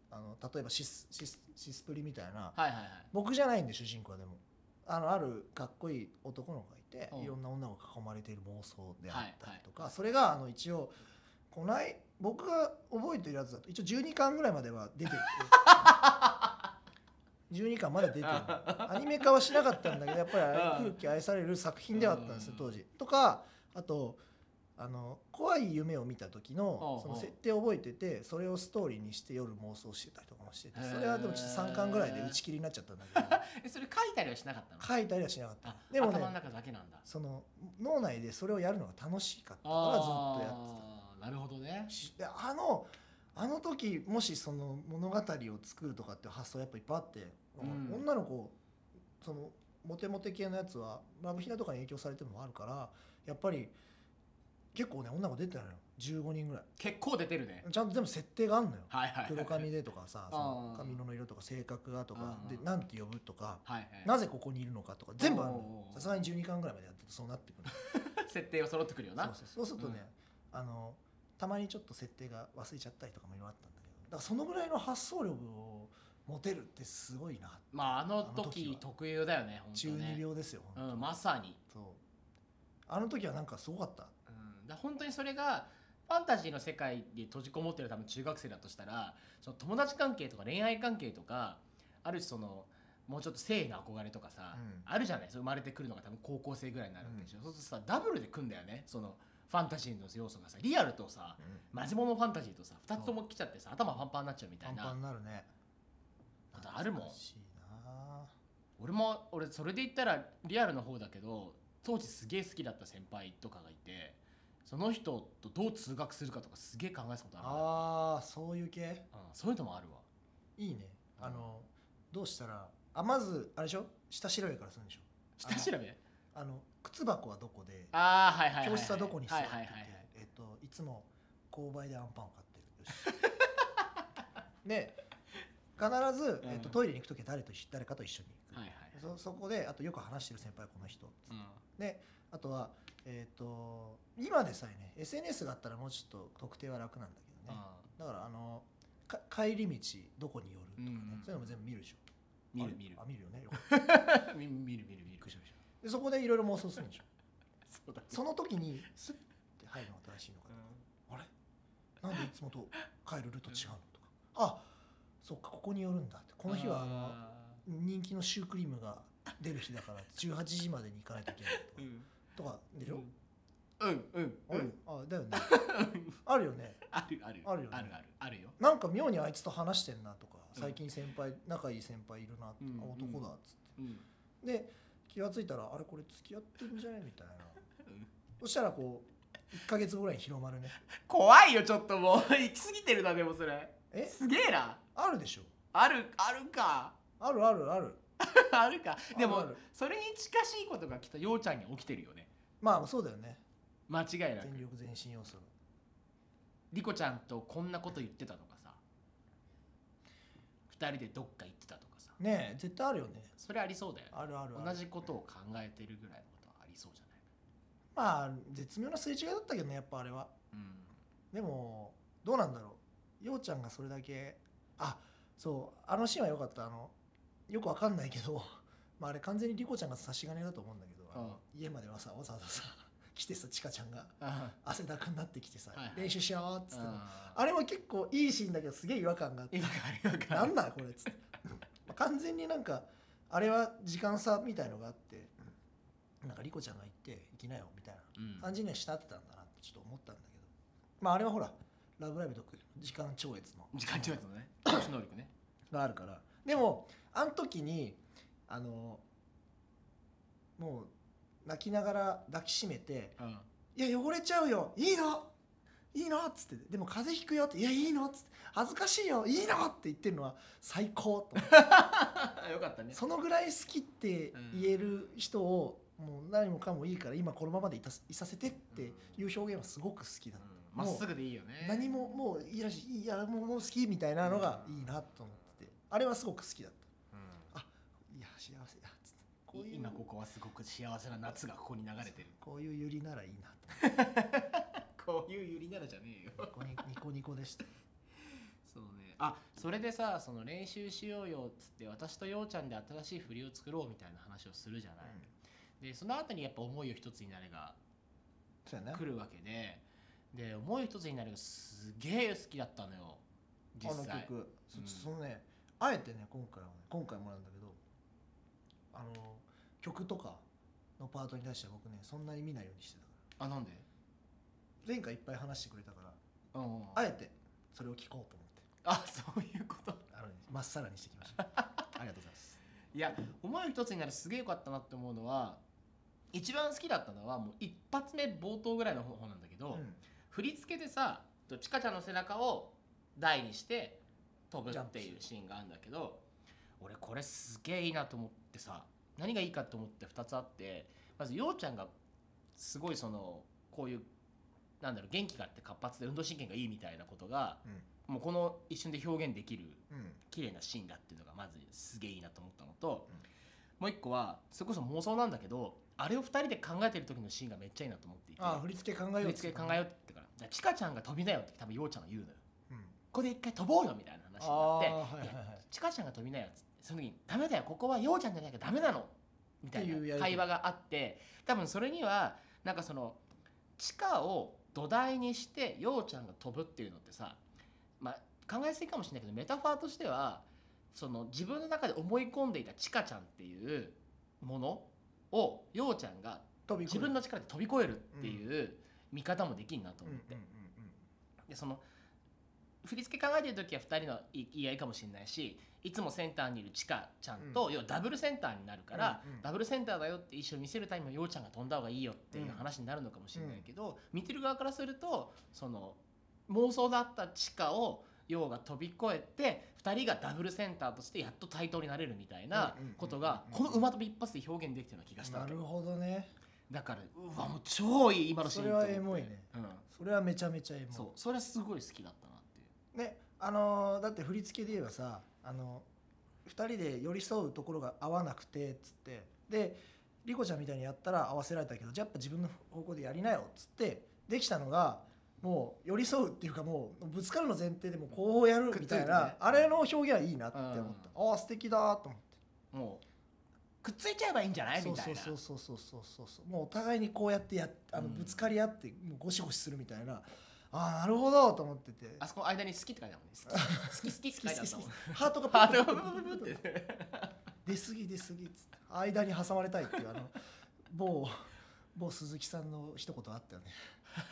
Speaker 1: あ
Speaker 2: あの例えばシスシスシスプリみたいな
Speaker 1: ーはいはいはい
Speaker 2: 僕じゃないんで主人公はでもあのあるかっこいい男の子がいて
Speaker 1: うん
Speaker 2: いろんな女を囲まれている妄想であったりと
Speaker 1: はい
Speaker 2: か、
Speaker 1: はい
Speaker 2: それがあの一応こない僕が覚えてるやつだと一応12巻ぐらいまでは
Speaker 1: [LAUGHS]
Speaker 2: 出てて12巻まだ出て
Speaker 1: [LAUGHS]
Speaker 2: るアニメ化はしなかったんだけどやっぱりあれ古き愛される作品ではあったんですよ当時。とかあとあの怖い夢を見た時のその設定を覚えててそれをストーリーにして夜妄想してたりとかもしててそれはでもちょっと3巻ぐらいで打ち切りになっちゃったんだけど。 [LAUGHS]
Speaker 1: えそれ書いたりはしなかったの
Speaker 2: 書いたりはしなかった
Speaker 1: あ
Speaker 2: でもね
Speaker 1: 頭の中だけなんだ
Speaker 2: その脳内でそれをやるのが楽しかったからずっとやっ
Speaker 1: あ
Speaker 2: て
Speaker 1: ーなるほどね
Speaker 2: たしであのあの時もしその物語を作るとかっていう発想やっぱいっぱいあって、
Speaker 1: うん
Speaker 2: 女の子そのモテモテ系のやつはラブヒナとかに影響されてるのもあるからやっぱり結構ね女の子出てないの15人ぐらい
Speaker 1: 結構出てるね
Speaker 2: ちゃんと全部設定があんのよ
Speaker 1: はいはいはい
Speaker 2: 黒髪でとかさその
Speaker 1: あー
Speaker 2: 髪の色とか性格がとか
Speaker 1: うん
Speaker 2: でなんて呼ぶとか
Speaker 1: はいはい
Speaker 2: なぜここにいるのかとか全部あるのよ
Speaker 1: おー
Speaker 2: さすがに12巻ぐらいまでやってるとそうなってくる
Speaker 1: 設定が揃ってくるよな
Speaker 2: そうそうそうするとね、あのたまにちょっと設定が忘れちゃったりとかもいろいろあったんだけどだからそのぐらいの発想力を持てるってすごいな、
Speaker 1: まああの
Speaker 2: あの時
Speaker 1: 時
Speaker 2: は
Speaker 1: 特有だよね本当
Speaker 2: 12
Speaker 1: ね
Speaker 2: 秒ですよ、ほんと
Speaker 1: うんまさに
Speaker 2: そうあの時はなんかすごかった
Speaker 1: うんだ本当にそれがファンタジーの世界で閉じこもってる多分中学生だとしたらその友達関係とか恋愛関係とかある種そのもうちょっと性の憧れとかさ、
Speaker 2: うん
Speaker 1: あるじゃないそれ生まれてくるのが多分高校生ぐらいになるわけでしょ、そうするとさダブルで組んだよねそのファンタジーの要素がさリアルとさマジモノファンタジーとさ2つとも来ちゃってさ頭パンパンになっちゃうみた
Speaker 2: パ
Speaker 1: い
Speaker 2: ンパン
Speaker 1: な
Speaker 2: になるね
Speaker 1: ことあるもん
Speaker 2: 懐かしいな
Speaker 1: 俺も俺それで言ったらリアルの方だけど当時すげえ好きだった先輩とかがいてその人とどう通学するかとかすげえ考えたことあるわ
Speaker 2: あーそういう系
Speaker 1: うん、そういうのもあるわ
Speaker 2: いいねあのどうしたらあまずあれでしょ下調べからするんでしょ
Speaker 1: 下調べ
Speaker 2: あの靴箱はどこで
Speaker 1: ああーはいはいはい
Speaker 2: 教室はどこに座ってて、
Speaker 1: はいはいはいはい
Speaker 2: えっと、いつも購買でアンパンを買ってるよ
Speaker 1: [LAUGHS]
Speaker 2: しで必ず、えっと、
Speaker 1: うん
Speaker 2: トイレに行く時は誰と一緒誰かと一緒に行く、
Speaker 1: はいはい
Speaker 2: そそこであとよく話してる先輩この人
Speaker 1: うん
Speaker 2: であとは、えっと今でさえね SNS があったらもうちょっと特定は楽なんだけどねだからあのか帰り道どこに寄るとかね、
Speaker 1: うんうん
Speaker 2: そういうのも全部見るでしょ
Speaker 1: 見
Speaker 2: あれ
Speaker 1: る見る
Speaker 2: あ見るよねよかっ
Speaker 1: [LAUGHS] 見る見る見る見る
Speaker 2: たでそこでいろいろ妄想する
Speaker 1: [LAUGHS]
Speaker 2: んでしょ
Speaker 1: そうだね
Speaker 2: その時にスッて入るのが正しいのかなあれなんでいつもと帰るルート違うのとかあそっかここに寄るんだってこの日はあの人気のシュークリームが出る日だから18時までに行かないといけない
Speaker 1: ーうん
Speaker 2: とかとかでしょ、
Speaker 1: うんうん
Speaker 2: あるあだよねあるよね
Speaker 1: あるある
Speaker 2: あるよね
Speaker 1: あるあるあるよ
Speaker 2: なんか妙にあいつと話してんなとか
Speaker 1: うん
Speaker 2: 最近先輩仲いい先輩いるなって、
Speaker 1: うん
Speaker 2: あ男だっつっ
Speaker 1: うん
Speaker 2: てで気が付いたらあれこれ付き合ってんじゃねみたいな
Speaker 1: うん
Speaker 2: そしたらこう1か月後ぐらいに広まるね
Speaker 1: 怖いよちょっともう行き過ぎてるなでもそれ
Speaker 2: え
Speaker 1: すげえな
Speaker 2: あるでしょ
Speaker 1: あるあるか [LAUGHS]
Speaker 2: あるあるある
Speaker 1: あるかで
Speaker 2: あるあ
Speaker 1: も
Speaker 2: る
Speaker 1: それに近しいことがきっとようちゃんに起きてるよね
Speaker 2: まあそうだよね
Speaker 1: 間違いなく
Speaker 2: 全力全身要素
Speaker 1: リコちゃんとこんなこと言ってたとかさ2人でどっか行ってたとかさ
Speaker 2: ねえ絶対あるよね
Speaker 1: それありそうだよね
Speaker 2: あるあるある
Speaker 1: 同じことを考えてるぐらいのことはありそうじゃない
Speaker 2: まあ絶妙なすれ違いだったけどねやっぱあれはでもどうなんだろうようちゃんがそれだけあそうあのシーンは良かったあのよくわかんないけど [LAUGHS] まああれ完全にリコちゃんが差し金だと思うんだけど、あの家まではさわざわざさ [LAUGHS] 来てさちかちゃんが
Speaker 1: あ
Speaker 2: 汗だくになってきてさ、
Speaker 1: はいはい
Speaker 2: 練習しようっつって、
Speaker 1: あ
Speaker 2: あれも結構いいシーンだけどすげえ違和感があって
Speaker 1: 今かる今か
Speaker 2: なんだこれっつって
Speaker 1: [LAUGHS]
Speaker 2: まあ完全になんかあれは時間差みたいのがあってなんかリコちゃんが行って行きなよみたいな
Speaker 1: うん
Speaker 2: 感じにはしたってたんだなってちょっと思ったんだけどまああれはほら「ラブライブ!」と時間超越の
Speaker 1: 時間違うやつの
Speaker 2: [COUGHS]
Speaker 1: ね投資能力ね
Speaker 2: があるからでもあの時にあのもう泣きながら抱きしめて
Speaker 1: うん [LAUGHS]
Speaker 2: 「いや汚れちゃうよいいのいいの?」っつって「でも風邪ひくよ」って「いやいいの?」っつって「恥ずかしいよいいの?」って言ってるのは最高と思って
Speaker 1: よかったね
Speaker 2: そのぐらい好きって言える人を、もう何もかもいいから今このままでいたすいさせてっていう表現はすごく好きだ、
Speaker 1: うんまっすぐでいいよね
Speaker 2: 何ももういいらしいいやもうもう好きみたいなのがいいなと思っててあれはすごく好きだっ
Speaker 1: うん
Speaker 2: たいや幸せだっつってこういう
Speaker 1: 今ここはすごく幸せな夏がここに流れてる
Speaker 2: こういうゆりならいい
Speaker 1: [LAUGHS]
Speaker 2: な
Speaker 1: こういうゆりならじゃねえよ
Speaker 2: とニコニニコニコでした
Speaker 1: そうねあそれでさその練習しようよっつって私とようちゃんで新しい振りを作ろうみたいな話をするじゃない、でその後にやっぱ思いを一つになれが
Speaker 2: そうやな
Speaker 1: 来るわけでで思い一つになるがすげえ好きだったのよ実
Speaker 2: あの
Speaker 1: 際
Speaker 2: 曲そ,、
Speaker 1: うん
Speaker 2: そのねあえてね今回はね今回もなんだけどあの曲とかのパートに対しては僕ねそんなに見ないようにしてたか
Speaker 1: あなんで
Speaker 2: ら前回いっぱい話してくれたから
Speaker 1: うんうん
Speaker 2: あえてそれを聞こうと思って
Speaker 1: あそういうこと
Speaker 2: あのねまっさらにしてきました
Speaker 1: [LAUGHS]
Speaker 2: ありがとうございます
Speaker 1: いや思い一つになるすげえよかったなって思うのは一番好きだったのはもう一発目冒頭ぐらいの方なんだけど、振り付けでさチカちゃんの背中を台にして飛ぶっていうシーンがあるんだけど俺これすげえいいなと思ってさ何がいいかと思って2つあってまずようちゃんがすごいそのこういうなんだろう元気があって活発で運動神経がいいみたいなことが
Speaker 2: うん
Speaker 1: もうこの一瞬で表現できる
Speaker 2: うんうん
Speaker 1: 綺麗なシーンだっていうのがまずすげえいいなと思ったのと、
Speaker 2: うん
Speaker 1: もう一個はそれこそ妄想なんだけどあれを2人で考えてる時のシーンがめっちゃいいなと思っていて
Speaker 2: ああ振り付け考えよう
Speaker 1: 振り付け考えようって言ってから「じゃあチカちゃんが飛びなよ」って多分ようちゃんが言うのよ。ここで一回飛ぼうよみたいな話になっ
Speaker 2: あー
Speaker 1: て
Speaker 2: は
Speaker 1: 「
Speaker 2: いはいはい
Speaker 1: いやチカちゃんが飛びなよ」っつってその時に「ダメだよここはようちゃんじゃなきゃダメなの」みたい
Speaker 2: っていう
Speaker 1: な
Speaker 2: やりと
Speaker 1: 会
Speaker 2: り
Speaker 1: 話があって多分それにはなんかそのチカを土台にしてようちゃんが飛ぶっていうのってさまあ考えすぎかもしれないけどメタファーとしてはその自分の中で思い込んでいたチカちゃんっていうものをようちゃんが
Speaker 2: 飛び込
Speaker 1: 自
Speaker 2: む
Speaker 1: 分の力で飛び越えるっていう見方もできんなと
Speaker 2: うん
Speaker 1: 思
Speaker 2: うん
Speaker 1: っ
Speaker 2: うん
Speaker 1: て、でその振り付け考えてる時は2人の言い合いかもしれないしいつもセンターにいるちかちゃんと、要はダブルセンターになるから、
Speaker 2: うんうん
Speaker 1: ダブルセンターだよって一緒に見せるためにもようちゃんが飛んだ方がいいよっていう話になるのかもしれないけど、見てる側からするとその妄想だったちかをようが飛び越えて2人がダブルセンターとしてやっと対等になれるみたいなことが
Speaker 2: う
Speaker 1: こ
Speaker 2: んうんうんう
Speaker 1: の
Speaker 2: ん
Speaker 1: 馬飛び一発で表現できたような気が
Speaker 2: う
Speaker 1: し
Speaker 2: ん
Speaker 1: た
Speaker 2: な
Speaker 1: わけ
Speaker 2: るほどね
Speaker 1: だからうわもう超いい今のシーンと思って
Speaker 2: それはエモいね、
Speaker 1: うん、
Speaker 2: それはめちゃめちゃエモい
Speaker 1: そうそれはすごい好きだったなっていう
Speaker 2: ねあのーだって振り付けで言えばさ、あの2人で寄り添うところが合わなくてっつってで莉子ちゃんみたいにやったら合わせられたけどじゃあやっぱ自分の方向でやりなよっつってできたのがもう寄り添うっていうかもうぶつかるの前提でもうこうやるみたい
Speaker 1: くっつい
Speaker 2: な、
Speaker 1: てね
Speaker 2: あれの表現はいいなって思った、ああ素敵だと思って。
Speaker 1: もうくっついちゃえばいいんじゃない
Speaker 2: そ
Speaker 1: み
Speaker 2: う
Speaker 1: た
Speaker 2: そ
Speaker 1: いうな
Speaker 2: そうそうそうそうそうもうお互いにこうやってやっあの
Speaker 1: うん
Speaker 2: ぶつかり合ってもうゴシゴシするみたいな、ああなるほどと思ってて
Speaker 1: あそこの間に好きって書いてあるもんね好
Speaker 2: [LAUGHS]
Speaker 1: き好き好きって書いてあったもん
Speaker 2: ハートが
Speaker 1: ハ
Speaker 2: プ
Speaker 1: ート
Speaker 2: ップ
Speaker 1: が
Speaker 2: ッ
Speaker 1: ブ
Speaker 2: プ
Speaker 1: ブブ
Speaker 2: ッ
Speaker 1: ブ
Speaker 2: プ
Speaker 1: っ
Speaker 2: ップ
Speaker 1: て
Speaker 2: 出過ぎ出過ぎっつって間に挟まれたいっていうあの某某鈴木さんの一言あったよね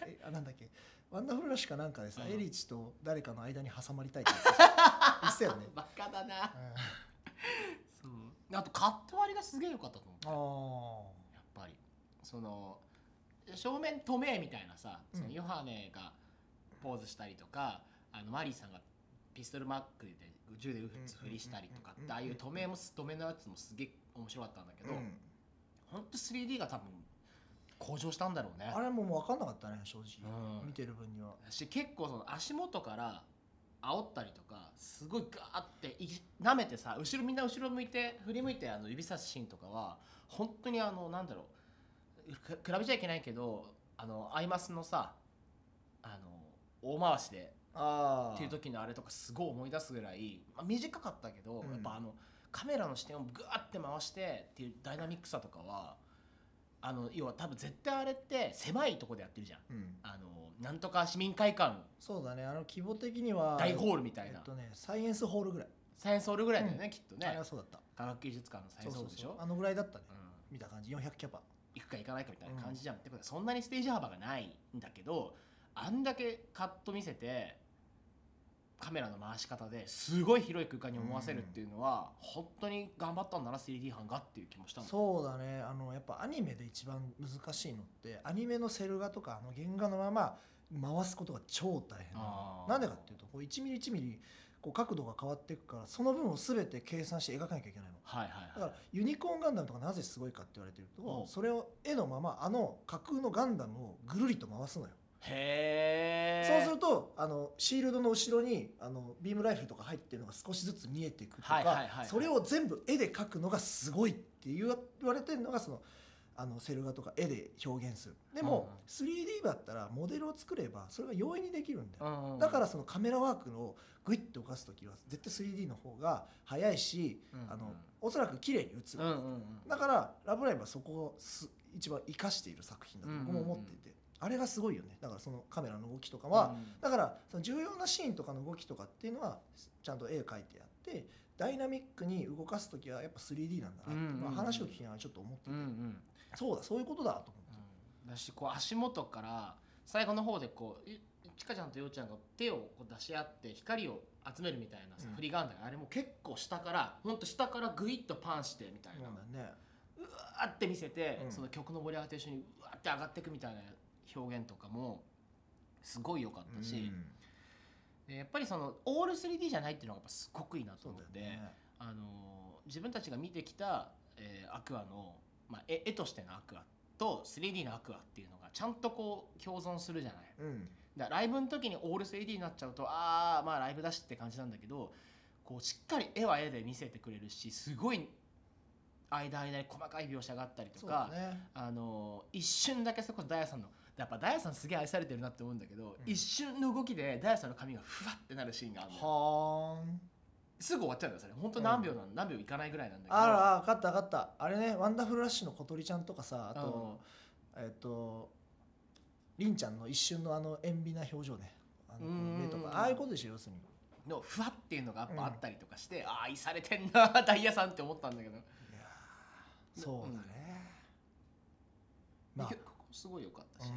Speaker 2: えあなんだっけワンダフルラッシュかなんかでさ、
Speaker 1: うん
Speaker 2: エリチと誰かの間に挟まりたいって言
Speaker 1: [LAUGHS]
Speaker 2: ってた言ってたよね、
Speaker 1: バカだな
Speaker 2: うん
Speaker 1: そうあとカット割りがすげえ良かったと思ったや
Speaker 2: あ
Speaker 1: っぱりその正面透明みたいなさ
Speaker 2: うん
Speaker 1: そのヨハネがポーズしたりとか、あのマリーさんがピストルマックで銃で撃つふりしたりとか
Speaker 2: うんう
Speaker 1: っ
Speaker 2: んうんうん
Speaker 1: てああいう透明も透明のやつもすげえ面白かったんだけ
Speaker 2: ー、
Speaker 1: ど、
Speaker 2: うん
Speaker 1: ほんと 3D が多分向上したんだろうね
Speaker 2: あれももう分かんなかったね正直、
Speaker 1: うん
Speaker 2: 見てる分には
Speaker 1: し結構その足元から煽ったりとかすごいガーってい舐めてさ後ろみんな後ろ向いて振り向いてあの指さすシーンとかは本当にあのなんだろうく比べちゃいけないけどあのアイマスのさあの大回しで
Speaker 2: あ
Speaker 1: っていう時のあれとかすごい思い出すぐらい、まあ、短かったけど、
Speaker 2: うん
Speaker 1: やっぱあのカメラの視点をグワって回してっていうダイナミックさとかはあの要は多分絶対あれって狭いとこでやってるじゃん。
Speaker 2: うん、
Speaker 1: あのなんとか市民会館
Speaker 2: そうだねあの規模的には
Speaker 1: 大ホールみたい
Speaker 2: え
Speaker 1: な
Speaker 2: っ、とねサイエンスホールぐらい、
Speaker 1: サイエンスホールぐらいだよね、きっと
Speaker 2: あれ
Speaker 1: ね
Speaker 2: はそうだった
Speaker 1: 科学技術館のサイエンスホールでしょ
Speaker 2: あのぐらいだったね、
Speaker 1: うん
Speaker 2: 見た感じ400キャパ
Speaker 1: 行くか行かないかみたいな感じじゃん、ってことはそんなにステージ幅がないんだけどあんだけカット見せてカメラの回し方ですごい広い空間に思わせるっていうのは、本当に頑張ったんだな 3D 班がっていう気もしたもん
Speaker 2: そうだねあのやっぱアニメで一番難しいのってアニメのセル画とかあの原画のまま回すことが超大変なの
Speaker 1: あー
Speaker 2: なんでかっていうとこう1ミリ1ミリこう角度が変わっていくからその分を全て計算して描かなきゃいけないの
Speaker 1: はいはい
Speaker 2: だか
Speaker 1: はい
Speaker 2: らユニコーンガンダムとかなぜすごいかって言われてる
Speaker 1: う
Speaker 2: と
Speaker 1: ん
Speaker 2: それを絵のままあの架空のガンダムをぐるりと回すのよ
Speaker 1: へ
Speaker 2: そう
Speaker 1: え
Speaker 2: するとあのシールドの後ろにあのビームライフルとか入ってるのが少しずつ見えていくとか、
Speaker 1: はいはいはいはい
Speaker 2: それを全部絵で描くのがすごいって言わ言われてるのがそのあのセル画とか絵で表現するでも、3D だったらモデルを作ればそれが容易にできるんだよ、
Speaker 1: うん
Speaker 2: だから、そのカメラワークをグイッと動かす時は絶対 3D の方が早いし、
Speaker 1: うんうん
Speaker 2: あのおそらく綺麗に映
Speaker 1: うん
Speaker 2: る、
Speaker 1: うんうん
Speaker 2: だから「ラブライブ!」はそこをす一番生かしている作品だと僕も思っていて、あれがすごいよねだからそのカメラの動きとかは、だからその重要なシーンとかの動きとかっていうのはちゃんと絵描いてやってダイナミックに動かす時はやっぱ 3D なんだなって、
Speaker 1: うんうんうん
Speaker 2: まあ、話を聞きながらちょっと思って
Speaker 1: うんうんうん
Speaker 2: そうだそういうことだと思って
Speaker 1: うんだしこう足元から最後の方でこういちかちゃんとようちゃんが手をこう出し合って光を集めるみたいなさ
Speaker 2: うん
Speaker 1: 振りがあるんだけどあれも結構下からほんと下からグイッとパンしてみたいな、
Speaker 2: そうだね
Speaker 1: うわーって見せて、
Speaker 2: うん
Speaker 1: その曲の盛り上がりと一緒にうわーって上がっていくみたいな表現とかもすごい良かったし、でやっぱりそのオール 3D じゃないっていうのがやっぱすごくいいなと
Speaker 2: そう
Speaker 1: 思って、
Speaker 2: だよね
Speaker 1: あのー自分たちが見てきた、えーアクアの、まあ、絵絵としてのアクアと 3D のアクアっていうのがちゃんとこう共存するじゃない。
Speaker 2: うん
Speaker 1: だからライブの時にオール 3D になっちゃうとああまあライブだしって感じなんだけどこうしっかり絵は絵で見せてくれるしすごい間間に細かい描写があったりと
Speaker 2: そう
Speaker 1: か
Speaker 2: だ、ね
Speaker 1: あの一瞬だけそこダイヤさんのやっぱダイヤさんすげえ愛されてるなって思うんだけど、
Speaker 2: うん
Speaker 1: 一瞬の動きでダイヤさんの髪がふわってなるシーンがあるのよ
Speaker 2: はーん
Speaker 1: すぐ終わっちゃうんだよそれ本当何秒なん、何秒いかないぐらいなんだけど
Speaker 2: あらあ分かった分かったあれねワンダフルラッシュの小鳥ちゃんとかさあ
Speaker 1: うん
Speaker 2: と、えっとりんちゃんの一瞬のあの塩ビな表情ねあの
Speaker 1: うん
Speaker 2: 目とかああいうことでしょ要するに
Speaker 1: のふわっていうのがやっぱあったりとかして、ああ愛されてんな [LAUGHS] ダイヤさんって思ったんだけど、
Speaker 2: いやーそうだね、まあ
Speaker 1: 結、構すごい良かった
Speaker 2: う
Speaker 1: し、
Speaker 2: ん、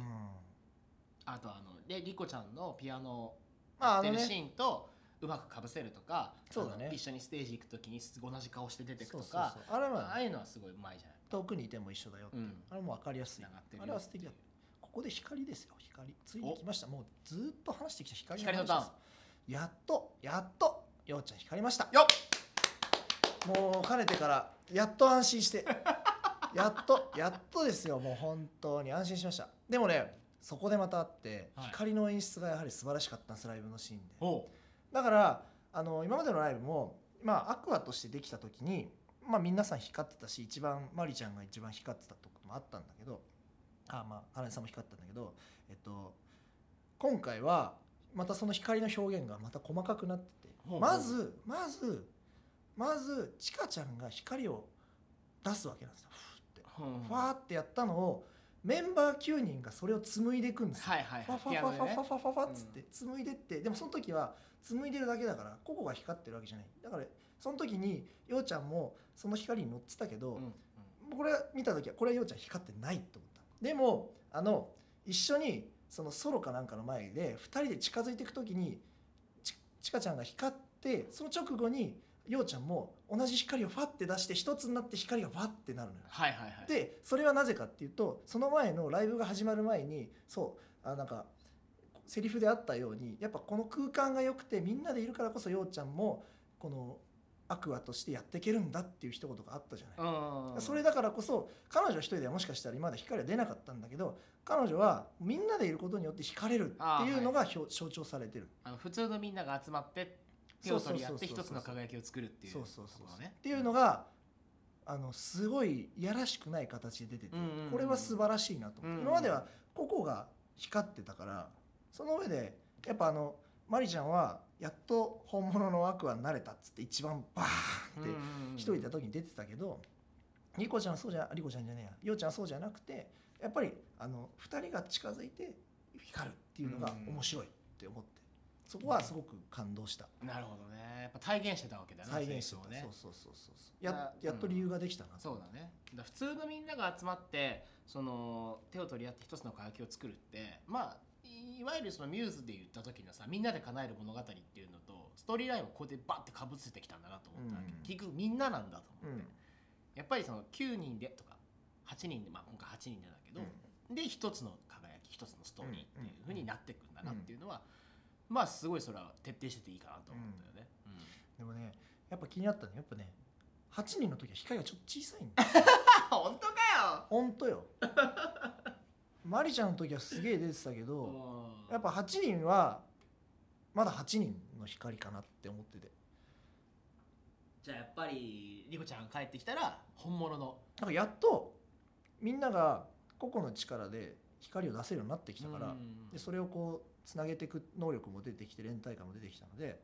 Speaker 1: あとあのでリコちゃんのピアノ
Speaker 2: ま
Speaker 1: や
Speaker 2: あ
Speaker 1: っ
Speaker 2: あ
Speaker 1: て
Speaker 2: の
Speaker 1: るシ
Speaker 2: ね
Speaker 1: ーンとうまくかぶせるとか
Speaker 2: そうだね
Speaker 1: あの一緒にステージ行く時に同じ顔して出てく
Speaker 2: そ
Speaker 1: と
Speaker 2: う
Speaker 1: か
Speaker 2: そうそうあれ
Speaker 1: ああ
Speaker 2: は
Speaker 1: いうのはすごいうまいじゃない。
Speaker 2: 遠くにいても一緒だよっていう、
Speaker 1: うん
Speaker 2: あれも分かりやすい
Speaker 1: 繋がってるよ
Speaker 2: あれは素敵だここで光ですよ光ついに来ましたもうずーっと話してきた光
Speaker 1: 光の
Speaker 2: 話
Speaker 1: ターン
Speaker 2: ですやっとやっとようちゃん光りました
Speaker 1: よ
Speaker 2: もうかねてからやっと安心して [LAUGHS] やっとやっとですよもう本当に安心しましたでもねそこでまたあって、
Speaker 1: はい
Speaker 2: 光の演出がやはり素晴らしかったんですライブのシーンで
Speaker 1: おう
Speaker 2: だからあの今までのライブも、まあ、アクアとしてできた時に、まあ、皆さん光ってたし一番マリちゃんが一番光ってたとこともあったんだけどあまあ金井さんも光ってたんだけど、えっと、今回はまたその光の表現がまた細かくなってて
Speaker 1: ほうほう
Speaker 2: まずまずまずちかちゃんが光を出すわけなんですよ。ふーって
Speaker 1: うん
Speaker 2: ふわーってやったのをメンバー9人がそれを紡いでいくんですよ。
Speaker 1: はいはい
Speaker 2: ファフ
Speaker 1: はい。
Speaker 2: ァ
Speaker 1: ピア
Speaker 2: フ
Speaker 1: ノ
Speaker 2: ァ
Speaker 1: で
Speaker 2: ファ
Speaker 1: ね
Speaker 2: ファファファっつって紡いでって、でもその時は紡いでるだけだから個々が光ってるわけじゃないだからその時にようちゃんもその光に乗ってたけど、
Speaker 1: うんうん
Speaker 2: これ見た時はこれはようちゃん光ってないと思ったでもあの一緒にそのソロかなんかの前で2人で近づいていく時にちちかちゃんが光ってその直後にようちゃんも同じ光をファって出して一つになって光がファってなるのよ
Speaker 1: はいはいはい。
Speaker 2: でそれはなぜかっていうとその前のライブが始まる前にそうあなんかセリフであったようにやっぱこの空間が良くてみんなでいるからこそようちゃんもこのアクアとしてやっていけるんだっていう一言があったじゃない。
Speaker 1: うん
Speaker 2: それだからこそ彼女一人ではもしかしたら今まで光は出なかったんだけど彼女はみんなでいることによって惹かれるっていうのが表象徴されてる
Speaker 1: あの普通のみんなが集まって手を取り合って一つの輝きを作るっていう
Speaker 2: そうそうそう
Speaker 1: とこ
Speaker 2: そ
Speaker 1: ろ
Speaker 2: う
Speaker 1: ね。
Speaker 2: っていうのがあのすごいいやらしくない形で出てて、
Speaker 1: うんうんうん
Speaker 2: これは素晴らしいなと思って、
Speaker 1: うんうん
Speaker 2: 今までは個々が光ってたからその上でやっぱあのマリちゃんはやっと本物のアクアになれたっつって一番バーンって一人いた時に出てたけど、リコちゃんはそうじゃリコちゃんじゃねえやヨウちゃんはそうじゃなくてやっぱりあの2人が近づいて光るっていうのが面白いって思って、そこはすごく感動した。
Speaker 1: なるほどね。やっぱ体現してたわけだな。
Speaker 2: 再現して
Speaker 1: そ
Speaker 2: た
Speaker 1: うね
Speaker 2: そう。そうそうそうそうや
Speaker 1: うん
Speaker 2: やっと理由ができたな、
Speaker 1: そうだね。だから普通のみんなが集まってその手を取り合って一つの輝きを作るってまあいわゆるそのミューズで言った時のさみんなで叶える物語っていうのとストーリーラインをこうやってバッてかぶせてきたんだなと思ったわけ、
Speaker 2: うん
Speaker 1: 結局みんななんだと思って、
Speaker 2: うん
Speaker 1: やっぱりその9人でとか8人でまあ今回8人でだけど、で一つの輝き一つのストーリーっていうふうになっていくんだなっていうのは、まあすごいそれは徹底してていいかなと思うんだよね。うん
Speaker 2: でもねやっぱ気になったねやっぱね8人の時は光がちょっと小さいんだ
Speaker 1: あ本当かよ
Speaker 2: ほんとよ [LAUGHS] マリちゃんの時はすげえ出てたけど
Speaker 1: うん
Speaker 2: やっぱ8人はまだ8人の光かなって思ってて
Speaker 1: じゃあやっぱりリコちゃんが帰ってきたら本物の
Speaker 2: なんかやっとみんなが個々の力で光を出せるようになってきたから、
Speaker 1: うん
Speaker 2: でそれをこうつなげていく能力も出てきて連帯感も出てきたので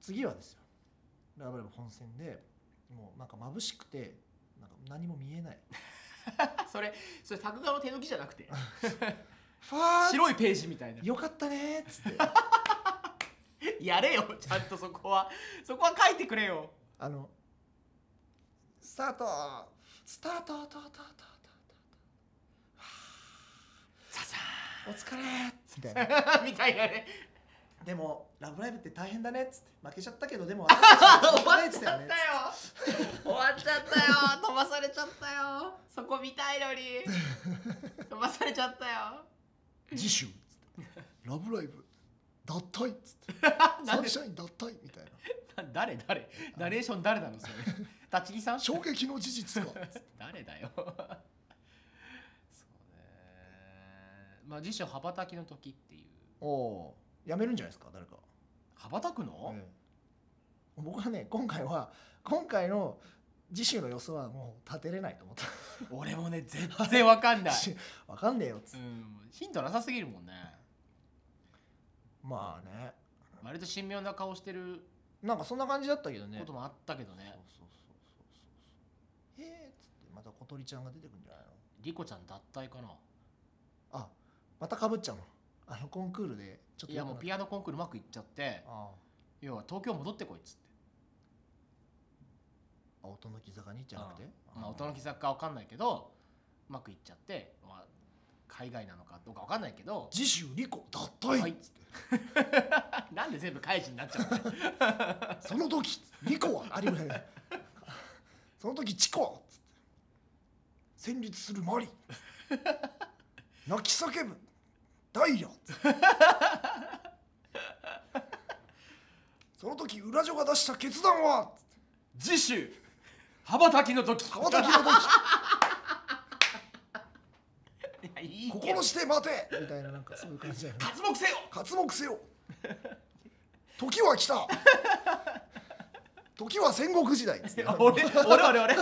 Speaker 2: 次はですよ「ラブライブ!」本戦でもうなんか眩しくてなんか何も見えない
Speaker 1: [LAUGHS] それそれ作画の手抜きじゃなくて
Speaker 2: ファ
Speaker 1: [LAUGHS]
Speaker 2: ー
Speaker 1: 白いページみたいな
Speaker 2: [LAUGHS] よかったねーっつって
Speaker 1: やれよちゃんとそこはそこは書いてくれよ
Speaker 2: あのスタートスタートトトトトト
Speaker 1: ささ
Speaker 2: トお疲れーみたいな
Speaker 1: ー [LAUGHS] みたいなね
Speaker 2: でも「ラブライブって大変だね」っつって負けちゃったけ
Speaker 1: [LAUGHS]
Speaker 2: どでも私たちは
Speaker 1: 終
Speaker 2: 終わ
Speaker 1: わ
Speaker 2: ら
Speaker 1: っ
Speaker 2: な
Speaker 1: ち
Speaker 2: い
Speaker 1: ゃ
Speaker 2: よ
Speaker 1: ったよ終わっちゃっ
Speaker 2: ね
Speaker 1: たよ飛ばされちゃったよそこ見たいの [LAUGHS] に飛ばされちゃったよ
Speaker 2: 次週ラブライブ脱退」っつって
Speaker 1: [LAUGHS] なんで
Speaker 2: ャイン脱退」みたいな
Speaker 1: 誰誰ナレーション誰なのそ [LAUGHS] れ立ち木さん
Speaker 2: 撃の事実
Speaker 1: [LAUGHS]
Speaker 2: が
Speaker 1: 誰だよそうねまあ辞書羽ばたきの時っていう
Speaker 2: おおやめるんじゃないですか誰か、
Speaker 1: 羽ばたくの、
Speaker 2: ええ僕はね今回は今回の次週の予想はもう立てれないと思った
Speaker 1: 俺も
Speaker 2: [LAUGHS]
Speaker 1: ね全然わかんない、
Speaker 2: わかんねえよっつ
Speaker 1: う
Speaker 2: って、
Speaker 1: ん、ヒントなさすぎるもんね
Speaker 2: まあね
Speaker 1: 割と神妙な顔してる
Speaker 2: なんかそんな感じだったけどね
Speaker 1: こともあったけどね
Speaker 2: そうそうそうそうそうえーっつってまた小鳥ちゃんが出てくるんじゃないの
Speaker 1: リコちゃん脱退かな
Speaker 2: あまたかぶっちゃうのあのコンクールでちょっと
Speaker 1: いやもうピ
Speaker 2: ア
Speaker 1: アノコンクールうまくいっちゃって
Speaker 2: あ
Speaker 1: 要は東京戻ってこいっつって
Speaker 2: あ音の木坂にじゃなくて
Speaker 1: まあ、音の木作家わかんないけどうまくいっちゃって、まあ、海外なのかどうかわかんないけど
Speaker 2: 次週リコ脱退、
Speaker 1: はい [LAUGHS] なんで全部怪人になっちゃうの
Speaker 2: その時リコはありませんその時チコはつって戦慄するマリ泣き叫ぶダイヤつってその時裏女が出した決断はつって
Speaker 1: 次週羽ばたきの時
Speaker 2: 川崎の時
Speaker 1: いやいいけど
Speaker 2: 心して待てみたいななんかそういう感じだよね
Speaker 1: 活目せよ
Speaker 2: 活目せよ時は来た時は戦国時代つって
Speaker 1: 俺俺俺俺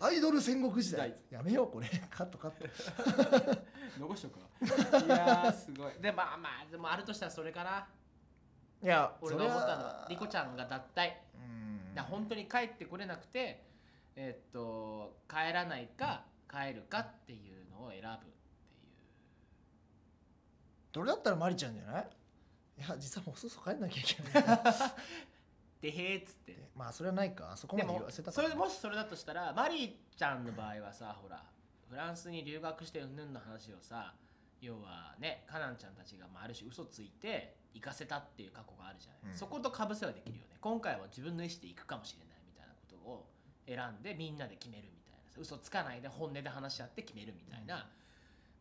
Speaker 2: アイドル戦国時代
Speaker 1: 時
Speaker 2: やめようこれカットカット
Speaker 1: 残しとくわいやーすごいでまあまあでもあるとしたらそれかない
Speaker 2: や
Speaker 1: 俺が思ったのはリコちゃんが脱退
Speaker 2: ゃん
Speaker 1: だから本当に帰ってこれなくてえっと帰らないか帰るかっていうのを選ぶっていう
Speaker 2: どれだったらマリちゃんじゃないいや実はもうそろそろ帰んなきゃいけない
Speaker 1: [LAUGHS] でへーっつって
Speaker 2: まあそれはないかあそこま
Speaker 1: で
Speaker 2: で言
Speaker 1: も
Speaker 2: わせたか
Speaker 1: そ
Speaker 2: ら
Speaker 1: れもしそれだとしたらマリーちゃんの場合はさほらフランスに留学してうんぬんの話をさ要はねカナンちゃんたちが、まあ、ある種嘘ついて行かせたっていう過去があるじゃない、
Speaker 2: うん
Speaker 1: そことかぶせはできるよね今回は自分の意思で行くかもしれないみたいなことを選んでみんなで決めるみたいな嘘つかないで本音で話し合って決めるみたいな、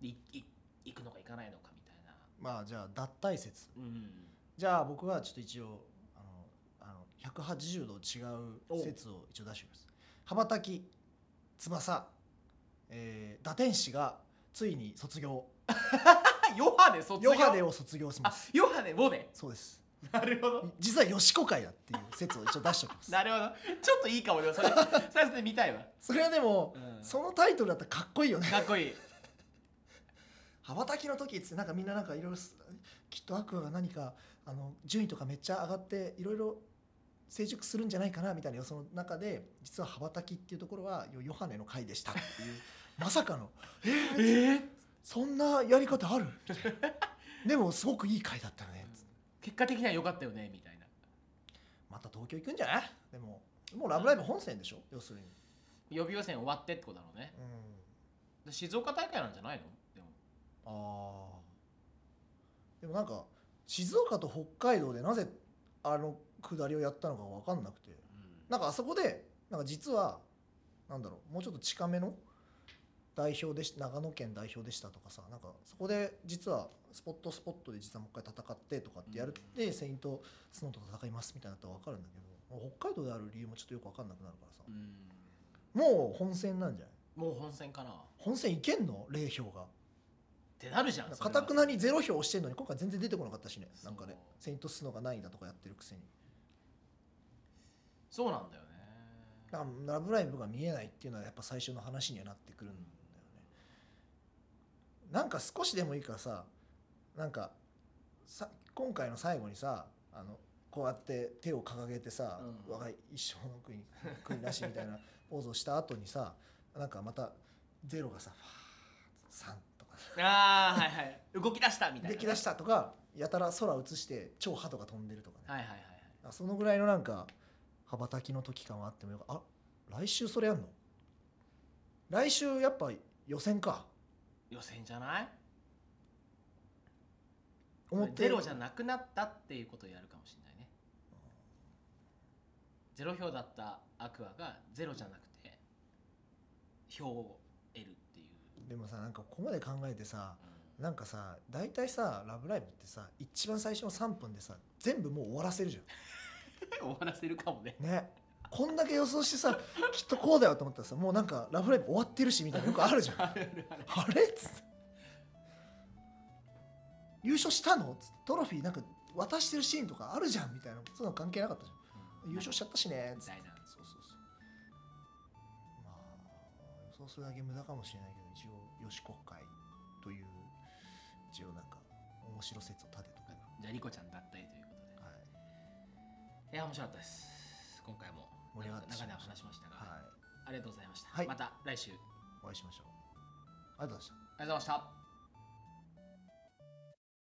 Speaker 1: でいい行くのか行かないのかみたいな
Speaker 2: まあじゃあ脱退説
Speaker 1: うん
Speaker 2: じゃあ僕はちょっと一応あのあの180度違う説を一応出してみます羽ばたき翼、えー、打天使がついに卒業
Speaker 1: あヨハネ卒業
Speaker 2: ヨハネを卒業しま
Speaker 1: あ
Speaker 2: す
Speaker 1: ヨハネをね
Speaker 2: そうです
Speaker 1: なるほど
Speaker 2: 実はヨシコ会だっていう説を一応出しておきま
Speaker 1: [LAUGHS]
Speaker 2: す
Speaker 1: なるほどちょっといいかもでもそれそれそれ見たいわ、
Speaker 2: それはでも、そのタイトルだったらかっこいいよね
Speaker 1: かっこいい
Speaker 2: 羽ばたきの時っつってなんかみんななんかいろいろすきっとアクアが何かあの順位とかめっちゃ上がっていろいろ成熟するんじゃないかなみたいな予想の中で実は羽ばたきっていうところはヨヨハネの回でしたっていうまさかの
Speaker 1: えー、
Speaker 2: そんなやり方あるみたいなでもすごくいい回だったね
Speaker 1: 結果的には良かったよねみたいな
Speaker 2: また東京行くんじゃないでももう「ラブライブ!」本線でしょ要するに、
Speaker 1: 予備予選終わってってことだろうね
Speaker 2: うん、
Speaker 1: で静岡大会なんじゃないのでも
Speaker 2: あーでもなんか静岡と北海道でなぜあの下りをやったのか分かんなくて
Speaker 1: うん
Speaker 2: なんかあそこでなんか実はなんだろうもうちょっと近めの代表でし長野県代表でしたとかさなんかそこで実はスポットスポットで実はもう一回戦ってとかってやるって、セイントスノーと戦いますみたいなのって分かるんだけどもう北海道である理由もちょっとよく分かんなくなるからさ、
Speaker 1: うん
Speaker 2: もう本戦なんじゃない
Speaker 1: もう本戦かなっ
Speaker 2: 本戦いけんの0票が
Speaker 1: てなるじゃん
Speaker 2: かたくなにゼ
Speaker 1: ロ
Speaker 2: ロ票押してんのに今回全然出てこなかったしね
Speaker 1: そう
Speaker 2: なんかねセイントスノーが何位だとかやってるくせに
Speaker 1: そうなんだよね
Speaker 2: だからラブライブが見えないっていうのはやっぱ最初の話にはなってくるんだよねなんか少しでもいいからさなんかさ今回の最後にさあのこうやって手を掲げてさ、
Speaker 1: うん
Speaker 2: 我が一生の国国なしみたいな [LAUGHS] ポーズをした後にさなんかまたゼロがさファーッ3とかさ
Speaker 1: ああはいはい動き出したみたいな、
Speaker 2: 出来出したとかやたら空映して超鳩が飛んでるとかね
Speaker 1: はいはいはいはい
Speaker 2: あそのぐらいのなんか羽ばたきの時感はあってもよかあ来週それやんの来週やっぱ予選か
Speaker 1: 予選じゃない
Speaker 2: 思って
Speaker 1: ゼロじゃなくなったっていうことをやるかもしれないねゼロ票だったアクアがゼロじゃなくて票を得るっていう、
Speaker 2: でもさなんかここまで考えてさ
Speaker 1: うん
Speaker 2: なんかさ大体さ「ラブライブ!」ってさ一番最初の3分でさ全部もう終わらせるじ
Speaker 1: [LAUGHS] 終わらせるかもね
Speaker 2: ゃんねこんだけ予想して
Speaker 1: [LAUGHS]
Speaker 2: さきっとこうだよと思ったらさもうなんか「ラブライブ!」終わってるしみたいなよくあるじゃんあ
Speaker 1: あるあるある
Speaker 2: れっつって優勝したのっつってトロフィーなんか渡してるシーンとかあるじゃんみたいなそんなの関係なかったじゃん
Speaker 1: うん
Speaker 2: [LAUGHS] 優勝しちゃったしねっ
Speaker 1: み
Speaker 2: つったて
Speaker 1: いな
Speaker 2: そうそうそうまあ予想するだけ無駄かもしれないけど一応よし国会という一応なんか面白説を立てとくな
Speaker 1: じゃあリコちゃん脱退ということで
Speaker 2: はい
Speaker 1: いや面白かったです今回も
Speaker 2: 盛り上がってし
Speaker 1: 中
Speaker 2: まい
Speaker 1: で
Speaker 2: ま
Speaker 1: は
Speaker 2: した
Speaker 1: 話しましたが、
Speaker 2: はい
Speaker 1: ありがとうございました、
Speaker 2: はい
Speaker 1: また来週ありがとう
Speaker 2: お会いしましょうありがとうございました
Speaker 1: ございました